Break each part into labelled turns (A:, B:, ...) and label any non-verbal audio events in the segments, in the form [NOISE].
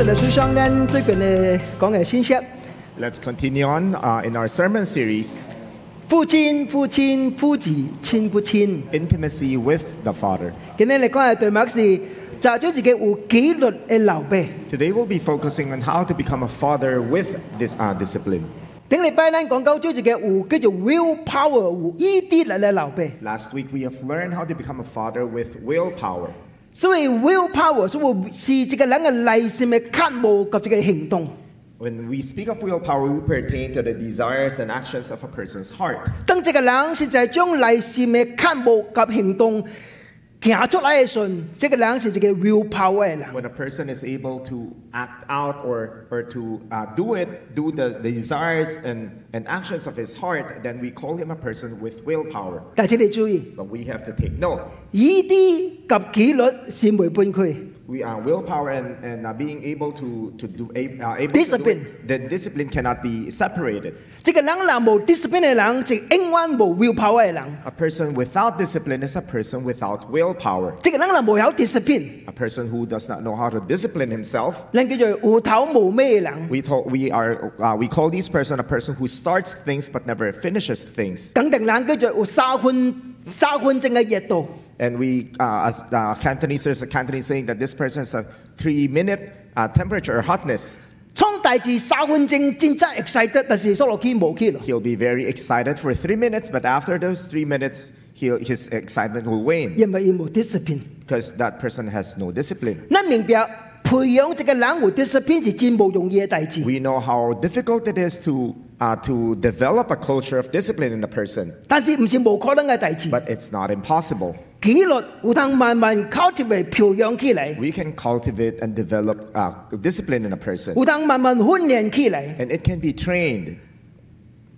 A: 近日書商呢，最近誒講嘅信息，
B: Let's continue on uh, in our sermon series,
A: 夫戰夫戰夫字千不千。
B: Intimacy with the Father.
A: 今日嚟講嘅題目是找咗自己有紀律嘅老爸。
B: Today we'll be focusing on how to become a father with this uh, discipline.
A: 頂禮拜呢講到咗自己有叫做 will power 有意志力嘅老爸，
B: Last week we have learned how to become a father with willpower.
A: 所以 will power 所謂是自己人嘅內心嘅覺悟及自己嘅行動。
B: When we speak of willpower, we pertain to the desires and actions of a person's heart.
A: 當這個人是在將內心嘅覺悟及行動行出來嘅時候，這個人是一個 will power 嘅人。
B: When a person is able to act out or, or to uh, do it, do the, the desires and, and actions of his heart, then we call him a person with willpower.
A: 但請你注意，
B: But we have to take note
A: 依啲及紀律是沒半佢，
B: We are willpower and, and uh, being able to, to do a- uh, able to do it.
A: Discipline.
B: the discipline cannot be separated.
A: 這個人若無 discipline 嘅人，就永遠無 will power 嘅人。
B: A person without discipline is a person without willpower.
A: 這個人若無有 discipline，
B: A person who does not know how to discipline himself.
A: 人叫做無頭無尾嘅人，
B: We, told, we, are, uh, we call this person a person who starts things but never finishes things.
A: 肯定人叫做有三分三分鐘嘅熱度。
B: And we, uh, as uh, Cantonese, there's a Cantonese saying that this person is a three minute uh, temperature or hotness.
A: 創大至三分鐘真真 excited，但是縮落去無去咯。
B: He'll be very excited for three minutes, but after those three minutes, he'll, his excitement will wane.
A: 因為佢無 discipline。
B: because that person has no discipline.
A: 咱明白培養一個人有 discipline 是真無容易嘅代志。
B: We know how difficult it is to uh, to develop a culture of discipline in a person,
A: 但是唔是無可能嘅代志。
B: but it's not impossible.
A: 紀律有通慢慢 cultivate 培養起來，
B: We can cultivate and develop uh, discipline in a person,
A: 有通慢慢訓練起來。
B: and it can be trained.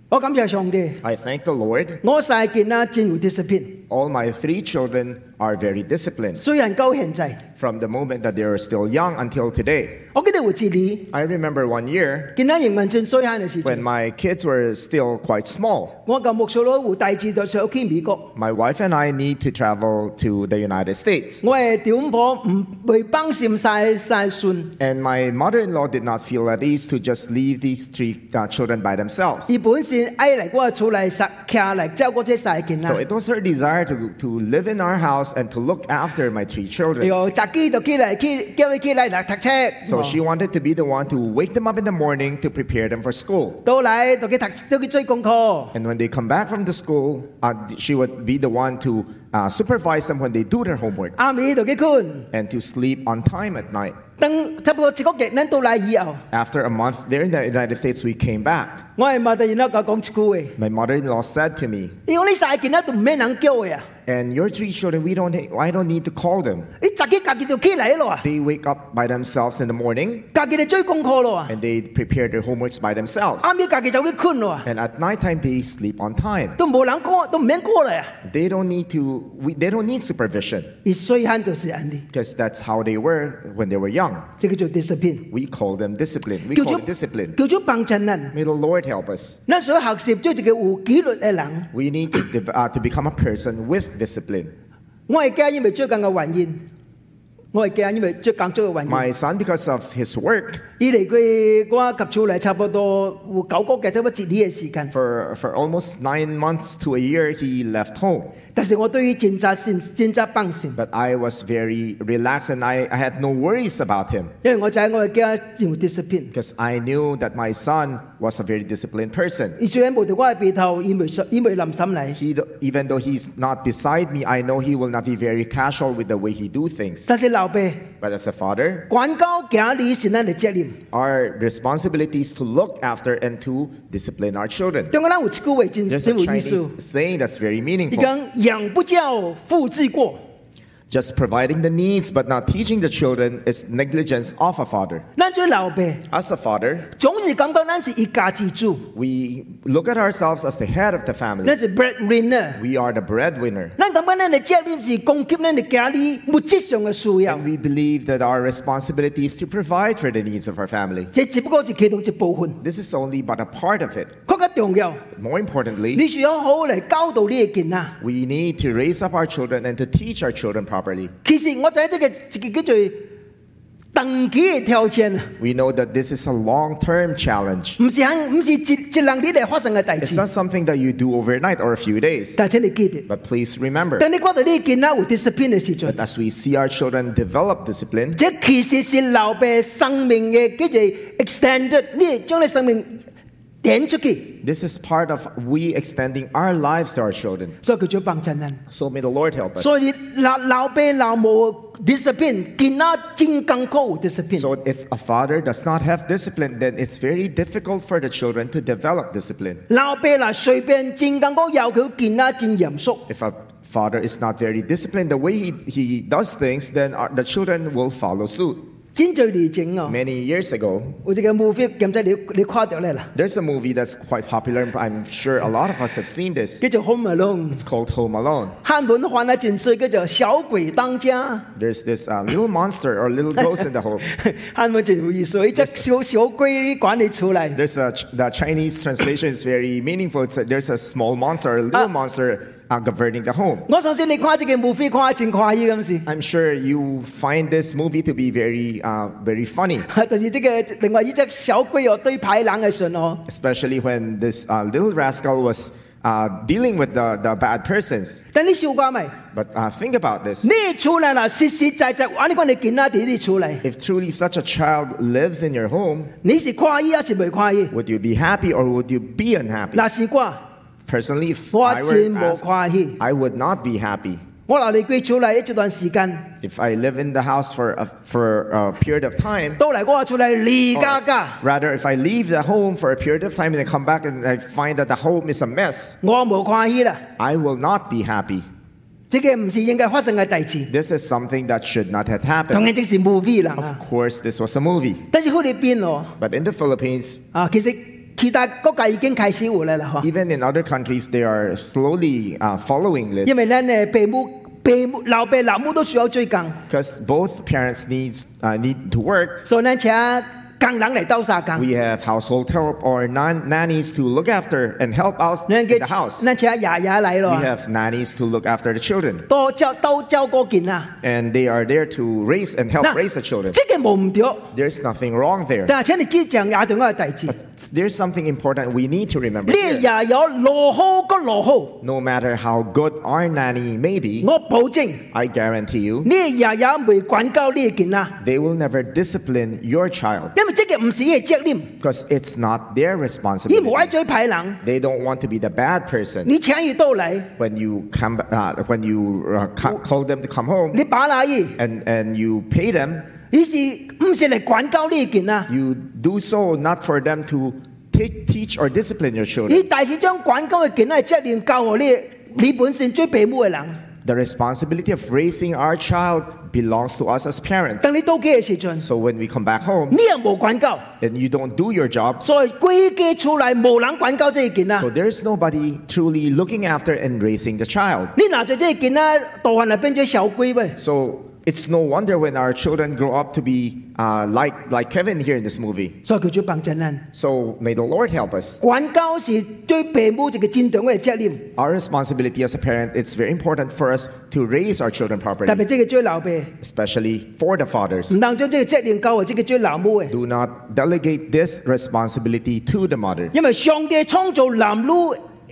A: 我感謝上帝，
B: I thank the Lord.
A: 我細件啊真有 discipline，
B: All my three children are very disciplined
A: 雖然到現在，
B: from the moment that they were still young until today.
A: 我記得有一年，
B: I remember one year
A: 見啊仍然真衰慳嘅時
B: when
A: 陣，
B: my kids were still quite small.
A: 我กับ牧師佬有大志就上去美國，
B: My wife and I need to travel to the United States.
A: 我嘅丈婆唔未幫心晒晒孫，
B: And my mother in law did not feel at ease to just leave these three uh, children by themselves.
A: 伊本身愛嚟我嘅厝嚟實徛嚟照顧這細件
B: So
A: 啊，
B: it was her desire to, to live in our house and to look after my three
A: 哎
B: children.
A: 呦，扎機就起嚟去叫佢起嚟嚟讀
B: So
A: 冊，
B: she wanted to be the one to wake them up in the morning to prepare them for school.
A: 到嚟就去讀就去追功課。
B: And when they come back from the school, uh, she would be the one to uh, supervise them when they do their homework
A: 阿美就去困，
B: and to sleep on time at night.
A: 等差不多一個月，咱到嚟以後，
B: After a month there in the United States, we came back.
A: 我係咪突然間講一句話？
B: My mother in law said to me,
A: 伊講你細件啊都唔免人叫嘅啊，
B: And your three children, we don't, I don't need to call them.
A: 你自己家己就起嚟咯啊，
B: They wake up by themselves in the morning
A: 家己就追功課咯啊，
B: and they prepare their homeworks by themselves.
A: 阿美家己就去困咯啊，
B: And at nighttime, they sleep on time.
A: 都冇人講，都唔免過嚟啊。
B: They don't need to. We, they don't need supervision
A: 伊細漢就是安尼，
B: because that's how they were when they were young.
A: 即叫做 discipline，
B: We call them discipline. We
A: 叫
B: call
A: 做
B: it discipline.
A: 叫做幫襯人。
B: May the Lord help us.
A: 咱所以學習做一個有紀律嘅人，
B: We need to dev- uh, to become a person with discipline.
A: 我係驚因為最近嘅原因，我係驚因為最近做嘅原
B: My son, because of his work,
A: 因，伊嚟過我及出嚟差不多有九個月，差不多一年嘅時間。
B: for for almost nine months to a year, he left home.
A: 但是我對於政策先政策放心，
B: But I was very relaxed and I, I had no worries about him.
A: 因為我知我嘅家有 discipline。
B: because I knew that my son was a very disciplined person.
A: 伊雖然無在我嘅鼻頭，伊未伊未臨心嚟，
B: He, d- even though he's not beside me, I know he will not be very casual with the way he do things.
A: 但是老爸
B: But as a father,
A: 管教行你是咱嘅責任。
B: our responsibility is to look after and to discipline our children.
A: 中國人有一句話真
B: There's
A: 真
B: a
A: 有意思，
B: Chinese saying that's very
A: 伊
B: meaningful.
A: 講養不教，父之過。
B: Just providing the needs but not teaching the children is negligence of a father.
A: 咱做老爸，
B: As a father,
A: 總是感覺咱是一家之主，
B: we look at ourselves as the head of the
A: 咱
B: family.
A: 是 breadwinner。
B: We are the breadwinner.
A: 咱感覺咱嘅責任是供給咱嘅家裡物質上嘅需要
B: And，we believe that our responsibility is to provide for the needs of our family.
A: 這只不過是其中一部分，
B: This is only but a part of it.
A: 更加重要。
B: More importantly,
A: 你需要好好嚟教導你嘅囡仔。
B: we need to raise up our children and to teach our children properly.
A: 其實我知呢個一個叫做大長期嘅挑戰，
B: We know that this is a long term challenge.
A: 唔是肯唔是一一兩年嚟發生嘅大
B: It's
A: 事。
B: not something that you do overnight or a few days.
A: 但請你記住，
B: But please remember
A: 當你看到你嘅囡仔有 discipline 嘅時陣
B: that，as we see our children develop discipline,
A: 這其實是老爸生命嘅叫做 extended，你將你生命點出去，
B: this is part of we extending our lives to our children.
A: 所以佢就幫襯人。
B: So may the Lord help us.
A: 所以老老爸老母 discipline，囡仔真艱苦 discipline。
B: So if a father does not have discipline, then it's very difficult for the children to develop discipline.
A: 老爸啦隨便真艱苦，要求囡仔真嚴肅。
B: If a father is not very disciplined, the way he, he does things, then our, the children will follow suit.
A: 真最例證哦，
B: Many years ago,
A: 有一個 movie 咁即你你看到咧啦，
B: there's a movie that's quite popular. and I'm sure a lot of us have seen this.
A: 叫做 Home Alone。
B: It's called Home Alone.
A: 漢文翻得真水，叫做小鬼當家。
B: [LAUGHS] There's this uh, little monster or little ghost in the home.
A: 漢文真有意思，一隻小小鬼管理出來。
B: There's a, the Chinese translation is very meaningful. It's a, there's a small monster, a little
A: Ah.
B: monster uh, governing the home.
A: 我相信你看這個 movie 看得真快意咁 [LAUGHS] 是，
B: I'm sure you find this movie to be very, uh, very funny,
A: 但是這個另外一隻小鬼哦對牌冷嘅信哦，
B: especially when this uh, little rascal was uh, dealing with the, the bad persons.
A: 但你笑過未？
B: But uh, think about this.
A: 你出來啦，實實在在，我你講你見仔哋你出來，
B: If truly such a child lives in your home,
A: 你是快意還是未快意？
B: would you be happy or would you be unhappy?
A: 嗱是啩，
B: Personally, if
A: 我
B: I, were
A: 真無
B: asked,
A: 快意。
B: I would not be happy.
A: 我留你歸出來一段時間，
B: If I live in the house for a, for a period of time,
A: 到嚟我出來離
B: Or
A: 家家，
B: rather, if I leave the home for a period of time and I come back and I find that the home is a mess,
A: 我無快意啦。
B: I will not be happy.
A: 這個唔是應該發生嘅大事，
B: This is something that should not have
A: 當
B: happened.
A: 然即是 movie 啦。
B: Of course, this was a movie.
A: 但是菲律賓哦，
B: But in the Philippines,
A: 啊，其實其他國家已經開始有啦啦，嗬
B: even in other countries, they are slowly uh, following
A: 因
B: this
A: 為咱誒父母、父母、老爸、老母都需要追更，
B: because both parents need, uh, need to work.
A: 所以咱請工人嚟鬥沙更，
B: We have household help or nan- nannies to look after and help out
A: 咱
B: in
A: 嘅
B: the house.
A: 咱請爺爺嚟
B: We
A: 咯，
B: have nannies to look after the children,
A: 多照多照顧件啊。
B: and they are there to raise and help
A: 嗱
B: raise the children.
A: 這個冇唔對，
B: There's nothing wrong there.
A: 但係請你記住也同我嘅
B: [LAUGHS]
A: 地址，呢
B: There's something important we need to remember.
A: 爺
B: here.
A: 爺落好個落好，我
B: No matter how good our nanny may be,
A: 保證。
B: I guarantee you,
A: 你爺爺未管教你嘅囡仔，
B: they will never discipline your child
A: 因為這個唔是佢嘅責任，
B: because it's not their
A: 佢唔愛
B: responsibility.
A: 做歹人。
B: They don't want to be the bad person.
A: 你請佢到嚟，
B: When you come, uh, when you uh, ca- call them to come home
A: 你把拿佢，
B: and, and you pay them,
A: 佢是唔是嚟管教你嘅囡仔？
B: you do so not for them to te- teach or discipline your
A: 你
B: children.
A: 大是將管教嘅囡仔嘅責任交予你，你本身最父母嘅人。
B: The responsibility of raising our child belongs to us as parents.
A: 當你到家嘅時陣，
B: So when we come back home
A: 你又冇管教，
B: and you don't do your job,
A: 所以歸家出嚟冇人管教呢個囡
B: So
A: 仔。
B: there's nobody truly looking after and raising the child.
A: 你拿住呢個囡仔，大漢就變咗小鬼喂。
B: So it's no wonder when our children grow up to be uh, like, like Kevin here in this movie.
A: 所以佢就幫襯人。
B: So may the Lord help us.
A: 管教是對父母一個真重要嘅責任，
B: Our responsibility as a parent, it's very important for us to raise our children
A: 特
B: properly,
A: 別即個最老爸。
B: especially for the fathers.
A: 唔能將呢個責任交予這個最老母嘅，
B: Do not delegate this responsibility to the mother
A: 因為上帝創造男女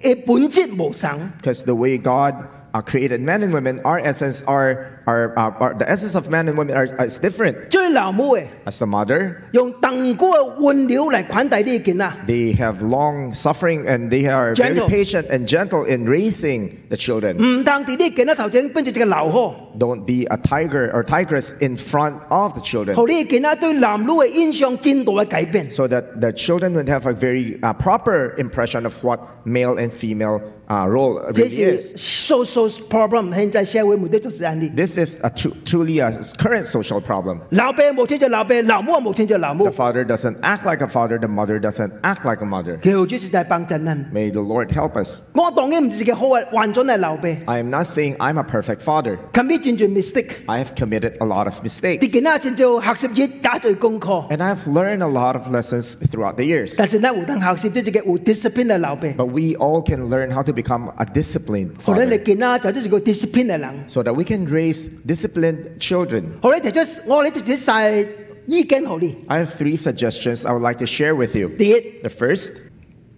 A: 嘅本質無相，
B: because the way God uh, created men and women, our essence are, are, are, are- the essence of men and women are, uh, is different.
A: 最老母嘅
B: As the mother,
A: 用鄧姑嘅溫柔嚟款待呢件啊，
B: They have long suffering and they are
A: Gentle. Mm.
B: very patient and gentle in raising the children.
A: 唔當喺呢件啊頭前變成一個流河，
B: Don't be a tiger or tigress in front of the children
A: 讓呢件啊對男女嘅印象真大嘅改變。
B: so that the children would have a very uh, proper impression of what male and female uh, role
A: 這
B: really
A: 是
B: is.
A: social problem，現在社會每都就是安尼。
B: This is a tru- truly a current social problem.
A: 老爸無聽就老爸，老母無聽就老
B: The
A: 母，
B: father doesn't act like a father, the mother doesn't act like a mother.
A: 佢就是在幫襯人。
B: May the Lord help us.
A: 我當然唔是一個好嘅完全嘅老爸
B: I am not saying I'm a perfect father.
A: ，commit 轉做 mistake，
B: I have committed a lot of
A: 啲
B: mistakes
A: 件啊先做學習嘢打做功課。
B: and I've learned a lot of lessons throughout the years.
A: 但是呢，有當學習咗一個有 discipline 嘅老爸，
B: But we all can learn how to become a disciplined
A: 後來你
B: father
A: 見啦，就即係個 discipline 嘅人。哦
B: so that we can raise disciplined children.
A: 後來提出我哋提出晒意見俾你。
B: I have three suggestions I would like to share with you.
A: 第一，
B: The first,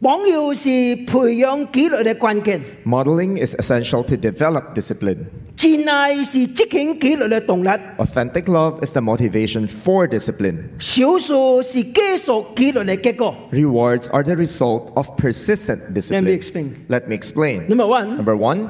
A: 榜樣是培養紀律嘅關鍵，
B: modeling is essential to develop discipline.
A: 自愛是執行紀律嘅動力，
B: Authentic love is the motivation for discipline.
A: 少數是基礎紀律嘅結果。
B: Rewards are the result of persistent discipline.
A: explain.
B: Let me explain.
A: Number one，
B: Number one,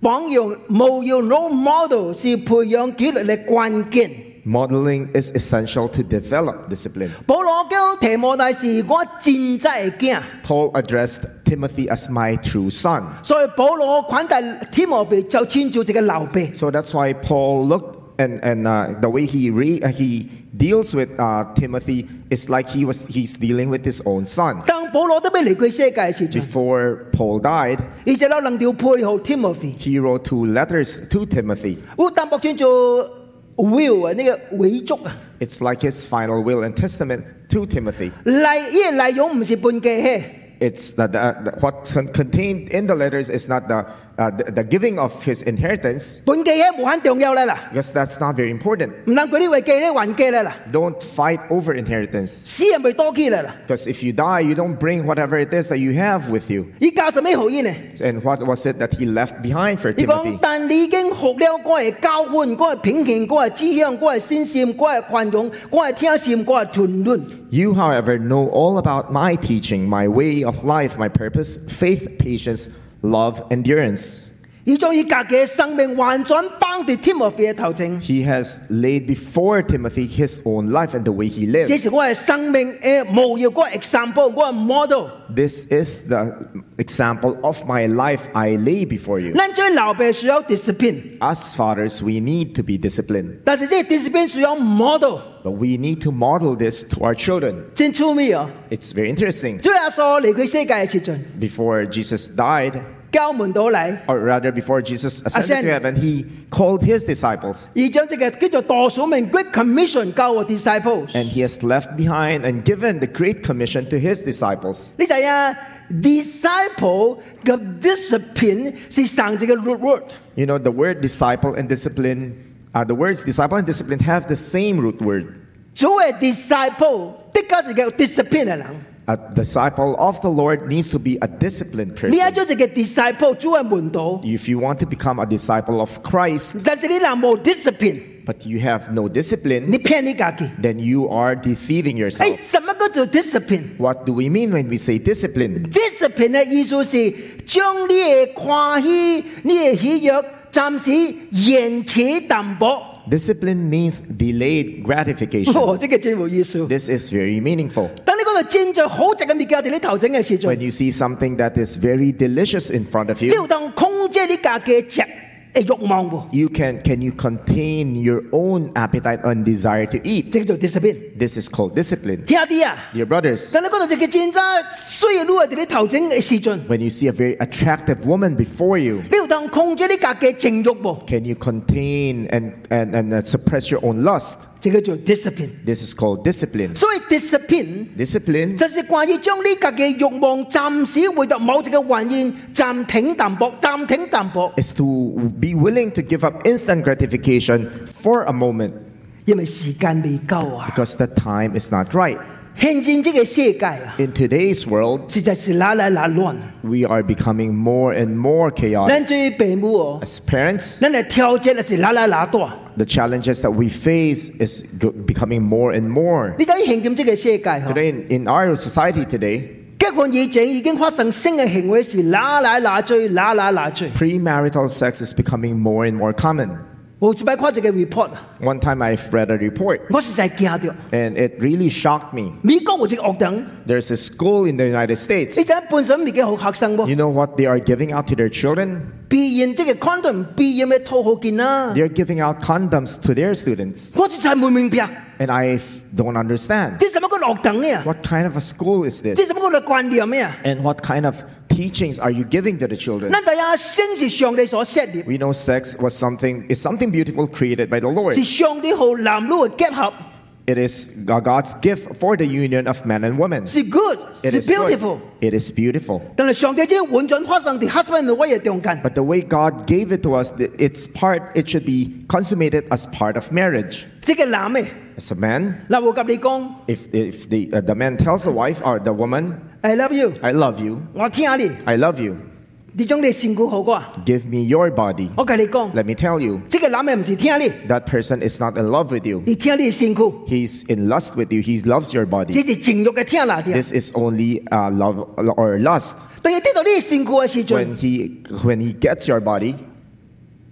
A: 榜樣無要 role model 是培養紀律嘅關鍵。
B: modeling is essential to develop discipline.
A: 保羅教提摩太是我戰爭嘅驚，
B: Paul addressed Timothy as my true son.
A: 所以保羅款待提摩太就遷就這個流弊。
B: So that's why Paul looked and, and uh, the way he, re, uh, he deals with uh, Timothy is like he was, he's dealing with his own son.
A: 當保羅都未離開世界嘅時候，
B: Before Paul died,
A: 而且有能條配合提摩太，
B: he wrote two letters to Timothy.
A: 我淡薄轉做 will à, 啊，呢個遺囑啊，
B: It's like his final will and testament to Timothy.
A: 嚟依個內容唔是半句嘿，
B: It's the, the, the- what con- contained in the letters is not the, uh, the, the giving of his inheritance,
A: 半句嘿無限重要啦啦，
B: because that's not very important.
A: 唔能佢呢為記呢還記啦啦，
B: Don't fight over inheritance,
A: 死人咪多記啦啦，
B: because if you die, you don't bring whatever it is that you have with you.
A: 而教什咩學院呢？
B: And what was it that he left behind for
A: 你講
B: Timothy?
A: 但你已經學了嗰係交換，嗰係偏見，嗰係指向，嗰係先善，嗰係寬容，嗰係聽善，嗰係團論。
B: You, however, know all about my teaching, my way of life, my purpose, faith, patience, love, endurance.
A: 而將以家嘅生命完全綁在天和父嘅頭前，
B: He has laid before Timothy his own life and the way he lived.
A: 這是我嘅生命嘅無要嗰個 example，我嘅 model。
B: This is the example of my life I lay before you.
A: 咱做老爸需要 discipline，
B: As fathers, we need to be disciplined,
A: 但是呢 discipline 需要 model，
B: but we need to model this to our children.
A: 真出名哦。
B: It's very interesting.
A: 主耶穌離佢世界嘅時陣，
B: Before Jesus died,
A: 教門徒嚟，
B: or rather before Jesus ascended
A: Ascend.
B: to heaven, he called his disciples.
A: 而將這個叫做多數命 Great Commission 教我 disciples。
B: And he has left behind and given the Great Commission to his disciples.
A: 你睇啊，disciple 嘅 discipline 是上這個 root word，
B: You know, the word disciple and discipline, uh, the words disciple and discipline have the same root word.
A: 做為 disciple 的確係個 discipline 嘅人。
B: A disciple of the Lord needs to be a disciplined
A: 你係
B: person.
A: 做一個 disciple，做為門徒，
B: If you want to become a disciple of Christ,
A: 但是你人冇 discipline，
B: but you have
A: 你
B: no discipline,
A: 騙你自己。
B: then you are deceiving
A: 誒，
B: yourself.
A: 什麼叫做 discipline？discipline
B: What do we mean when we say discipline?
A: 嘅意思是將你嘅歡喜、你嘅喜悦暫時延遲淡薄。
B: Discipline means delayed gratification.
A: 哦，這個真有意思。
B: This is very meaningful.
A: 當你講到正在好值嘅物件我哋你頭整嘅時候，
B: When
A: 你
B: you see something that is very delicious in front of you,
A: 要當控制你家嘅食嘅慾望喎，
B: you can can you contain your own appetite and desire to eat
A: 這叫做 discipline。
B: this is called discipline
A: 兄弟啊，
B: dear brothers
A: 當你講到一個正在需要你喺你頭整嘅時候，你
B: when you see a very attractive woman before you
A: 要當控制你家嘅情慾喎，
B: can you contain and and, and uh, suppress your own lust
A: 這叫做 discipline。
B: this is called discipline
A: 所以 discipline
B: discipline
A: 就係關於將呢格嘅欲望暫時回到某隻嘅還願，暫停淡薄，暫停淡薄，
B: is to be willing to give up instant gratification for a moment
A: 因為時間未夠
B: [LAUGHS]
A: 啊！
B: because the time is not right
A: 現今這個世界啊，
B: in today's world
A: 實在是哪來哪亂。
B: we are becoming more and more chaotic
A: 咱做父母哦，
B: as parents
A: 咱嚟調節的是哪來哪多。
B: the challenges that we face is go- becoming more and more.
A: 你睇現今這個世界嗬、
B: Today, in, in our society today,
A: 結婚以前已經發生性嘅行為是哪來哪追，哪來哪追。
B: premarital sex is becoming more and more common.
A: 我前排看一個 report，啊
B: One time I've read a report
A: 我實在驚到，
B: and it really shocked me.
A: 美國有一個學堂，
B: There's a school in the United States.
A: 你睇半身未嘅好學生喎
B: You，know what they are giving out to their children?
A: 避孕即係 condom，避孕嘅套好件啦、
B: They're giving out condoms to their students.
A: 啊我實在唔明白，
B: And I f- don't understand.
A: 啲什麼個落等呢？
B: What kind of a school is
A: 啲
B: this?
A: 什麼個觀念咩啊？
B: And what kind of teachings are you giving to the children?
A: 嗱，就係性是上帝所設立，
B: We know sex was something is something beautiful created by the Lord.
A: 是上帝和男女嘅結合。
B: It is God's gift for the union of man and woman.
A: It's good.
B: It
A: It's
B: is good.
A: beautiful.
B: It is beautiful.
A: 但係上帝將婉轉發生喺 husband 同 wife 嘅中間。
B: But the way God gave it to us, th- it's part. It should be consummated as part of marriage.
A: 即係男嘅，
B: As a man,
A: 嗱我及你講
B: if if the uh, the man tells the wife or the woman,
A: I love you，
B: I love you,
A: 我聽下你，
B: I love you,
A: 你將你善顧好過啊。
B: give me your body.
A: 我同你講，
B: Let me tell you,
A: 即係男嘅唔是聽下你，
B: that person is not in love with you.
A: 而聽下你善顧，
B: He's in lust with you. He loves your
A: 這
B: body.
A: 是情欲嘅聽下啲啊。
B: This is only uh, love or lust.
A: 當佢得到呢善顧嘅時陣，
B: When he when he gets your body,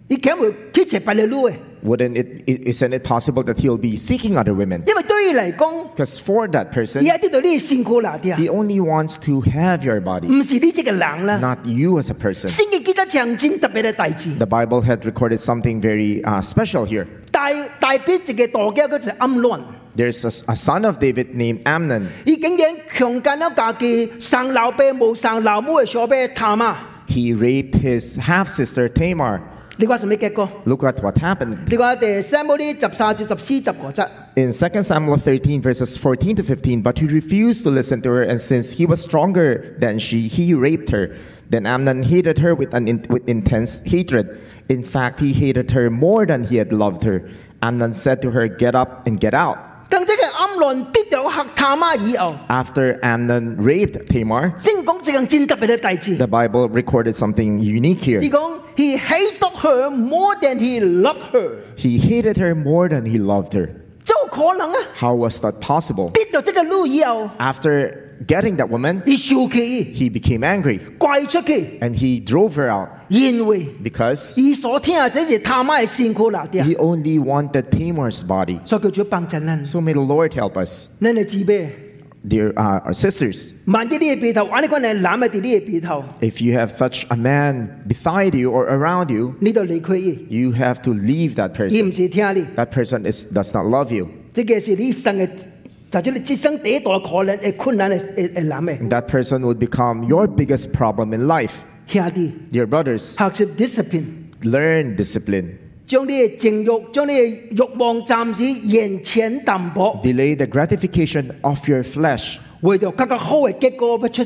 A: 佢梗會佢就白你路嘅，
B: wouldn't it i- isn't it possible that he'll be seeking other women?
A: 因為對佢嚟講，
B: Because for that
A: 而
B: person,
A: 家得到呢善顧嗱啲啊，
B: he only wants to have your body,
A: 唔是呢隻嘅人啦。
B: not you as a person.
A: 聖經記得象徵特別嘅大字，
B: The Bible had recorded something very uh, special here.
A: 大大必直嘅代表嗰就係暗論，
B: There's a, s- a son of David named Amnon.
A: 而竟然強姦咗家己生老爸冇生老母嘅小爸探啊！
B: He raped his half sister Tamar.
A: 你話係咩結果？
B: Look at what happened.
A: 你話第三部呢十三至十四十個則，
B: In 2 Samuel 13, verses 14 to 15, but he refused to listen to her, and since he was stronger than she, he raped her. Then Amnon hated her with, an in, with intense hatred. In fact, he hated her more than he had loved her. Amnon said to her, Get up and get out.
A: 更即係暗論跌咗黑探啊以後，
B: After Amnon raped Tamar,
A: 先講這樣真特別嘅大字。
B: the Bible recorded something unique here.
A: 你講 he hated her more than he loved her，
B: He hated her more than he loved her.
A: 就可能啊
B: How was that possible?
A: 跌到這個路以後，
B: After getting that woman,
A: 你受氣，
B: he became angry
A: 怪出去，
B: and he drove her out
A: 因為
B: because
A: 伊所聽啊，這是他媽嘅辛苦啦啲啊
B: He，only wanted Tamar's body.
A: 所以叫做幫襯人。
B: So may the Lord help us,
A: 恁嘅姊妹，
B: dear uh, our sisters.
A: 萬一你嘅鼻頭，我你講係男嘅喺你嘅鼻頭，
B: If you have such a man beside you or around you,
A: 你就離開伊，
B: you have to leave that
A: 伊唔
B: person.
A: 是聽你，
B: That person is, does not love you.
A: 這個是你一生嘅，就算你一生第一代可能嘅困難嘅嘅嘅男嘅
B: And that person would become your biggest problem in life.
A: 兄弟，
B: Dear brothers,
A: 學習 discipline。
B: learn discipline.
A: 將你嘅情欲、將你嘅欲望暫時延前淡薄，
B: Delay the gratification of your flesh.
A: 為咗更加好嘅結果，不出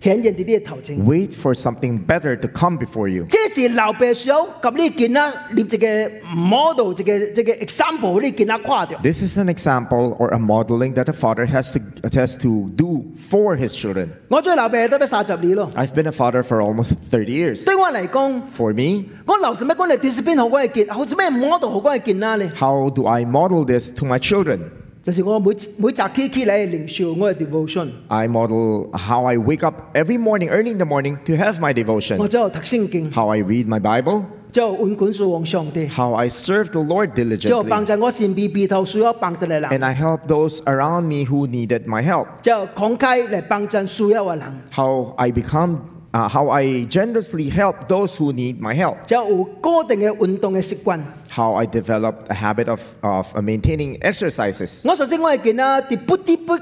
A: 顯現喺你嘅頭前。
B: Wait for something better to come before you.
A: 這是老爸想及你囡仔立一個 model，一個一個 example，你囡仔看到。
B: This is an example or a modeling that a father has to, has to do for his children.
A: 我做老爸都要三十年咯。
B: I've been a father for almost 30 years.
A: 對我嚟講，
B: For me,
A: 我留什麼講嚟 discipline 好我嘅囡，好似咩 model 好我嘅囡仔咧？
B: how do I model this to my children?
A: 就是我每每集起起嚟嘅靈修，我嘅 devotion，
B: I model how I wake up every morning, early in the morning, to have
A: 我
B: my devotion,
A: 就讀聖經，
B: how I read my Bible,
A: 就揾管書王上帝，
B: how I serve the Lord
A: 就幫
B: diligently,
A: 助我身邊鼻頭需要幫助嘅人
B: and。I help those around me who needed my help,
A: 就慷慨嚟幫襯需要嘅人，
B: how I become, uh, how I generously help those who need my help,
A: 就有固定嘅運動嘅習慣。
B: how I developed a habit of, of uh, maintaining exercises.
A: 我首先我係見啦，跌不跌不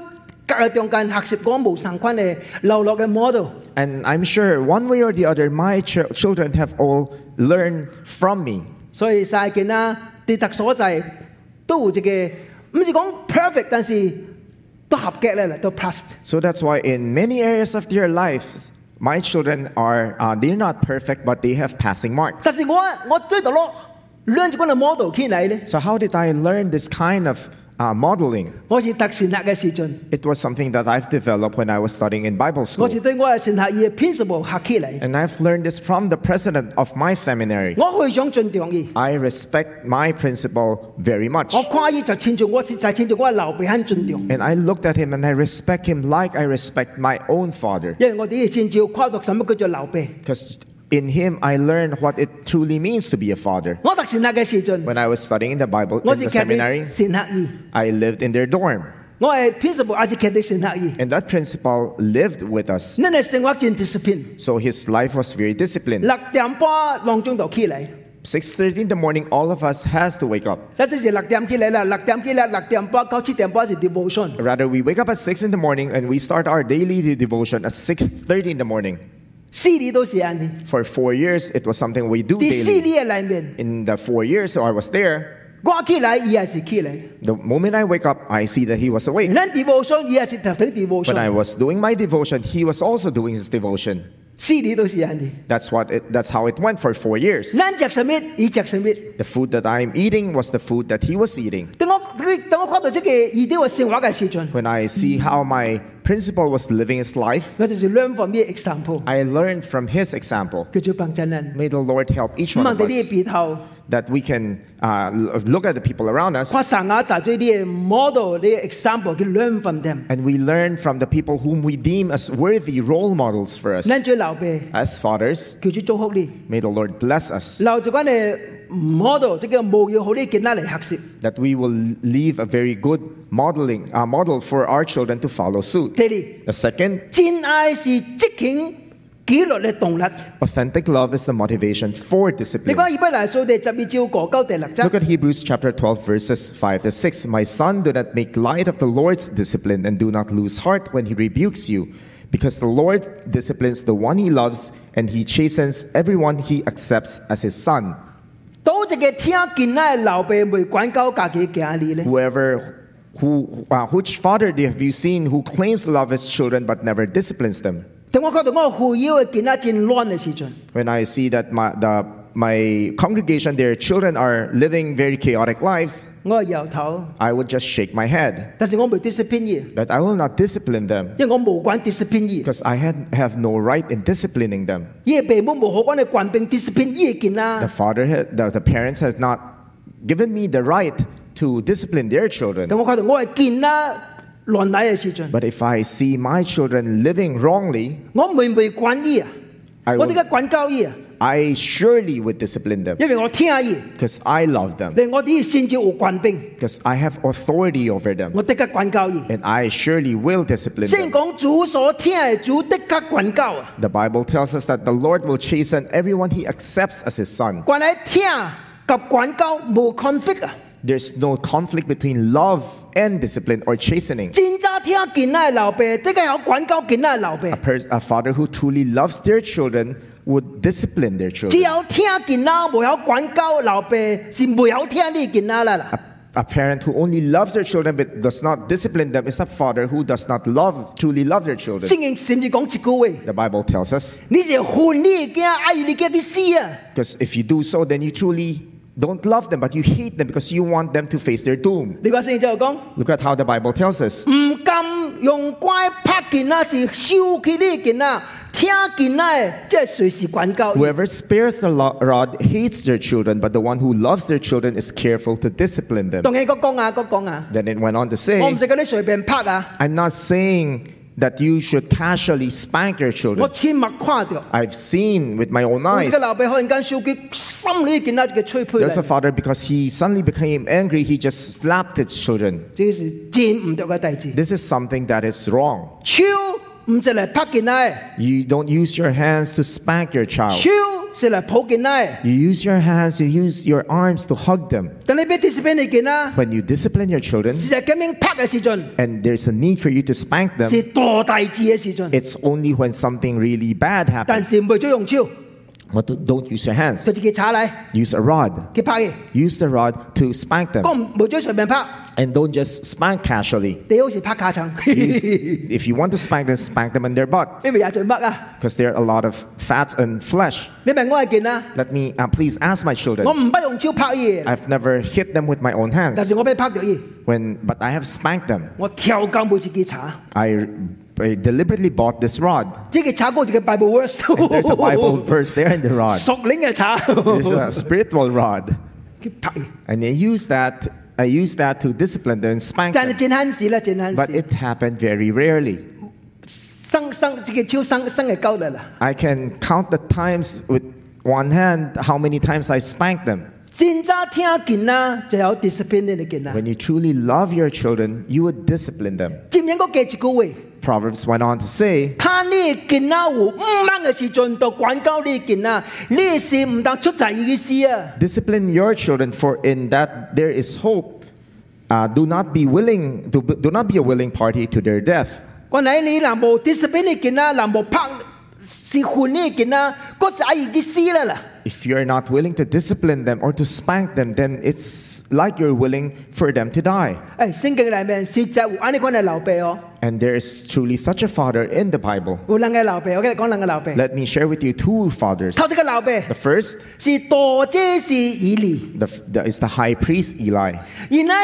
A: 隔嘅中間學習講無相關嘅流落嘅 model，
B: And I'm sure one way or the other, my ch- children have all learned from me.
A: 所以晒見啦，跌特所在都有一個，唔是講 perfect，但是都合格咧，都 plus。
B: So that's why in many areas of their lives, my children are uh, they're not perfect, but they have passing marks.
A: 但是我我追到咯，兩住嗰個 model 起嚟咧，
B: So how did I learn this kind of uh, modeling?
A: 我是特善學嘅時陣，
B: It was something that I've developed when I was studying in Bible
A: 我是
B: school,
A: 對我嘅善學嘅 principle 學起嚟，
B: and I've learned this from the president of my seminary.
A: 我非常尊重伊。
B: I respect my principal very much,
A: 我跨越就千重，我實在千重，我留俾很尊重。
B: and I looked at him and I respect him like I respect my own father,
A: 因為我哋嘅先照跨到什麼叫做流鼻。
B: because in him I learned what it truly means to be a father.
A: 我讀神學嘅時陣，
B: When I was studying in the Bible
A: 我
B: in
A: 是
B: the
A: 騎啲
B: seminary,
A: 神學二，
B: I lived in their dorm.
A: 我係 principal 也是騎啲神學二。
B: And that principal lived with us.
A: 恁嘅生活真 discipline，
B: So his life was very disciplined.
A: 六點半浪鐘就起嚟，
B: 6.30 in the morning, all of us has to wake up.
A: 一即是六點起嚟啦，六點起嚟，六點半到七點半是 devotion。
B: Rather, we wake up at 6 in the morning and we start our daily devotion at 6.30 in the morning.
A: 私理都是安尼，
B: For four years, it was something we do
A: 啲私
B: daily.
A: 理嘅裏面，
B: In the four years I was there,
A: 我起來，伊也是起來。
B: The moment I wake up, I see that he was awake.
A: 咱 devotion，伊也是頭頭
B: When I
A: devotion。
B: was doing my devotion, he was also doing his devotion.
A: 四年都是安尼。
B: That's what it, that's how it went for four years.
A: 咱食什麼，伊食什麼。
B: The food that I'm eating was the food that he was eating.
A: 當我當我看到這個伊哋嘅生活嘅時陣，
B: When I see how my principal was living his life,
A: 我就是 learn from 咩 example，
B: I learned from his example.
A: 叫做幫襯人。
B: May the Lord help each
A: 唔
B: one
A: 問
B: of
A: 你啲
B: us
A: 鼻頭，
B: that we can uh, l- look at the people around us
A: 看神啊，就做啲 model，啲 example，去 learn from them。
B: and we learn from the people whom we deem as worthy role models for us.
A: 咱做老爸，
B: As fathers,
A: 叫做祝福你。
B: may the Lord bless us
A: 留住關嘅 model，即係模要好啲見得嚟學習。
B: that we will leave a very good modeling uh, model for our children to follow suit.
A: 第二，
B: The second,
A: 真愛是積勤紀律嘅動力。
B: authentic love is the motivation for
A: 你
B: discipline.
A: 講以不嚟數第十二章過九第六章
B: Look，at Hebrews chapter 12, verses 5 to 6. My son, do not make light of the Lord's discipline, and do not lose heart when he rebukes you, because the Lord disciplines the one he loves, and he chastens everyone he accepts as his son.
A: 倒一個聽見嘅老爸未管教家己嘅兒女咧，
B: Whoever, who, uh, which father do- have you seen who claims to love his children but never disciplines them?
A: 當我覺得我父要嘅見得真亂嘅時陣，
B: When I see that my, the, my congregation, their children are living very chaotic lives,
A: 我係搖頭，
B: I would just shake my head.
A: 但是我未 discipline 佢，
B: But I will not discipline them.
A: 因為我無管 discipline 佢。
B: because I had, have no right in disciplining them.
A: 伊嘅父母無可管嘅官兵 discipline 伊嘅啊見
B: The
A: 啦，
B: father, had, the, the parents, has not given me the right to discipline their children.
A: 當我覺得我係見啦亂嚟嘅時陣，
B: But if I see my children living wrongly,
A: 我未未管伊啊，
B: I will-
A: 我點解管教伊啊？
B: I surely would discipline them
A: 因為我聽伊，
B: because I love them,
A: 令我啲先至有官兵，
B: because I have authority over them,
A: 我的確管教伊。
B: and I surely will discipline
A: 先
B: them.
A: 講主所聽嘅，主的確管教啊，
B: The Bible tells us that the Lord will chasten everyone he accepts as his son.
A: 關喺聽及管教無 conflict 啊。
B: There's no conflict between love and discipline or chastening.
A: 真早聽囡仔嘅老爸，的確有管教囡仔嘅老
B: A,
A: 爸。
B: pers- a father who truly loves their children would discipline their
A: 只
B: children.
A: 有聽囡仔，無有管教老爸，是沒有聽你囡仔啦啦。
B: A, a parent who only loves their children but does not discipline them is a father who does not love, truly love their children.
A: 聖經甚至講一句話：
B: The Bible tells us.
A: 你是恨你嘅囝，啊愛你嘅啲死啊！
B: Because if you do so, then you truly don't love them, but you hate them because you want them to face their doom.
A: 你個聖經就講：
B: Look at how the Bible tells us.
A: 唔甘用乖拍囡仔，是收起你嘅囡仔，聽囡仔，即係隨時管教。
B: Whoever spares the lo- rod hates their children, but the one who loves their children is careful to discipline them.
A: 當然個講啊，個講啊，
B: Then it went on to
A: 我唔
B: say,
A: 是講你隨便拍啊，
B: I'm not saying that you should casually spank your children.
A: 我親目看到。
B: I've seen with my own
A: 我
B: eyes.
A: 個老爸忽然間手機，心裏見到一個吹配
B: There's
A: 嚟，
B: a father because he suddenly became angry, he just slapped his children.
A: 這是真唔對嘅代志。
B: This is something that is wrong.
A: 手唔是嚟拍囡仔
B: You don't use your hands to spank your
A: 的，
B: child.
A: 手是嚟抱囡仔的。
B: You use your hands, you use your arms to hug them.
A: 當你俾 discipline 你囡仔，
B: When you discipline your children
A: 是係咁樣拍嘅時陣，
B: and there's a need for you to spank them,
A: 是大大志嘅時陣，
B: it's only when something really bad
A: 但
B: happens.
A: 是唔會再用手，
B: But don't- don't use your hands.
A: 就自己查嚟，
B: Use a rod.
A: 佢拍嘅，
B: Use the rod to spank them.
A: 講唔會再隨便拍，
B: And don't just spank casually.
A: 你好似拍下層， [LAUGHS]
B: Use-
A: 因
B: if you want to spank them, spank them in their butt.
A: 為也在乜啊？
B: because there are a lot of fat and flesh.
A: 你問我係囡仔，
B: Let me uh, please ask my
A: 我
B: children.
A: 唔不用手拍嘢，
B: I've never hit them with my own
A: 但
B: hands,
A: 是我俾拍咗嘢，
B: when, but I have spanked them.
A: 我跳筋冇自己查，
B: I, I deliberately bought this rod.
A: 即係查過一個 Bible
B: And [LAUGHS]
A: [LAUGHS]
B: there's a Bible
A: verse，
B: verse there in the rod.
A: 熟領嘅查， [LAUGHS]
B: It's a spiritual rod,
A: 佢拍嘢。
B: and I use that. I use that to discipline them and spank
A: 但係
B: them.
A: 真慳事啦，真
B: But
A: 慳事。
B: it happened very rarely.
A: 生生自己超生生係夠啦啦。
B: I can count the times with one hand how many times I spanked them.
A: 真早聽見啦，就有 discipline 啊嘅見啦。
B: When you truly love your children, you would discipline them.
A: 接應嗰幾句話，
B: Proverbs went on to say,
A: 他呢見啦啊有唔啱嘅事盡到管教呢見啦，呢事唔當出在意嘅事啊。
B: Discipline your children, for in that there is hope. Uh, do not be willing. Do, do not be a willing party to their death.
A: 我睇你嗱啊冇 discipline 嘅見啦，嗱冇拍是換呢見啦，嗰是阿姨嘅事啦啦。
B: If you are not willing to discipline them or to spank them, then it's like you're willing for them to die.
A: 诶，聖經裏面實際有安尼款嘅流弊哦，
B: And there is truly such a father in the Bible.
A: 有兩個流弊，我跟你講兩個流弊。
B: Let me share with you two fathers.
A: 頭一個流弊
B: The first
A: 是墮者是以利，
B: the, the, is the high priest Eli.
A: 原來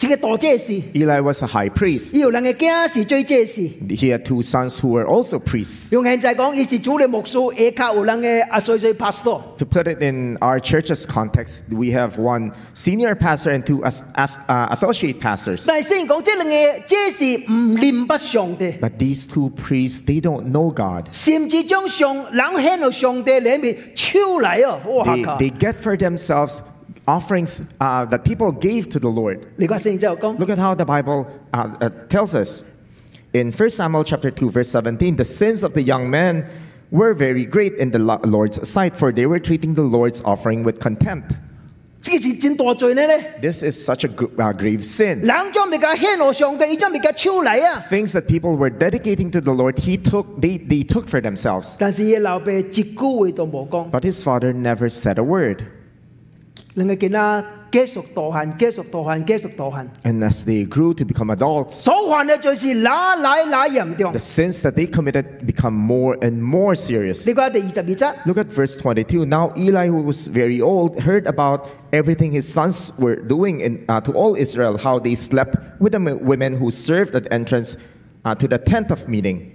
A: 是個墮者是，
B: Eli was a high priest.
A: 伊有兩個囝是追者是。
B: He had two sons who were also priests.
A: 用現在講，伊是主嘅牧師，下卡有啊兩個阿水水 pastor。
B: To put it in our church's context, we have one senior pastor and two as, as, uh, associate pastors.
A: 但係雖然講這兩個，這是唔念不上帝，
B: But these two priests, they don't know God.
A: 甚至將上冷輕到上帝裏面超嚟啊！哇
B: They,
A: 靠！
B: they get for themselves offerings uh, that people gave to the Lord.
A: 你講聖之後講，
B: Look at how the Bible uh, uh, tells us. In 1 Samuel chapter 2 verse 17, the sins of the young men were very great in the lo- Lord's sight, for they were treating the Lord's offering with contempt.
A: 呢個是真大罪呢咧。
B: This is such a gr- uh, grave sin.
A: 冷將咪叫輕到上帝，呢將咪叫超嚟啊！
B: Things that people were dedicating to the Lord, he took, they, they took for themselves.
A: 但是伊老爸一句話都冇講，
B: But his father never said a word.
A: 兩個囡仔繼續墮行，繼續墮行，繼續墮行。
B: And as they grew to become adults,
A: 所犯嘅罪是哪乃哪嚴重
B: the？sins that they committed become more and more serious.
A: 你講第二十二節。
B: Look at verse 22. Now Eli, who was very old, heard about everything his sons were doing in, uh, to all Israel, how they slept with the m- women who served at the entrance uh, to the tent of meeting.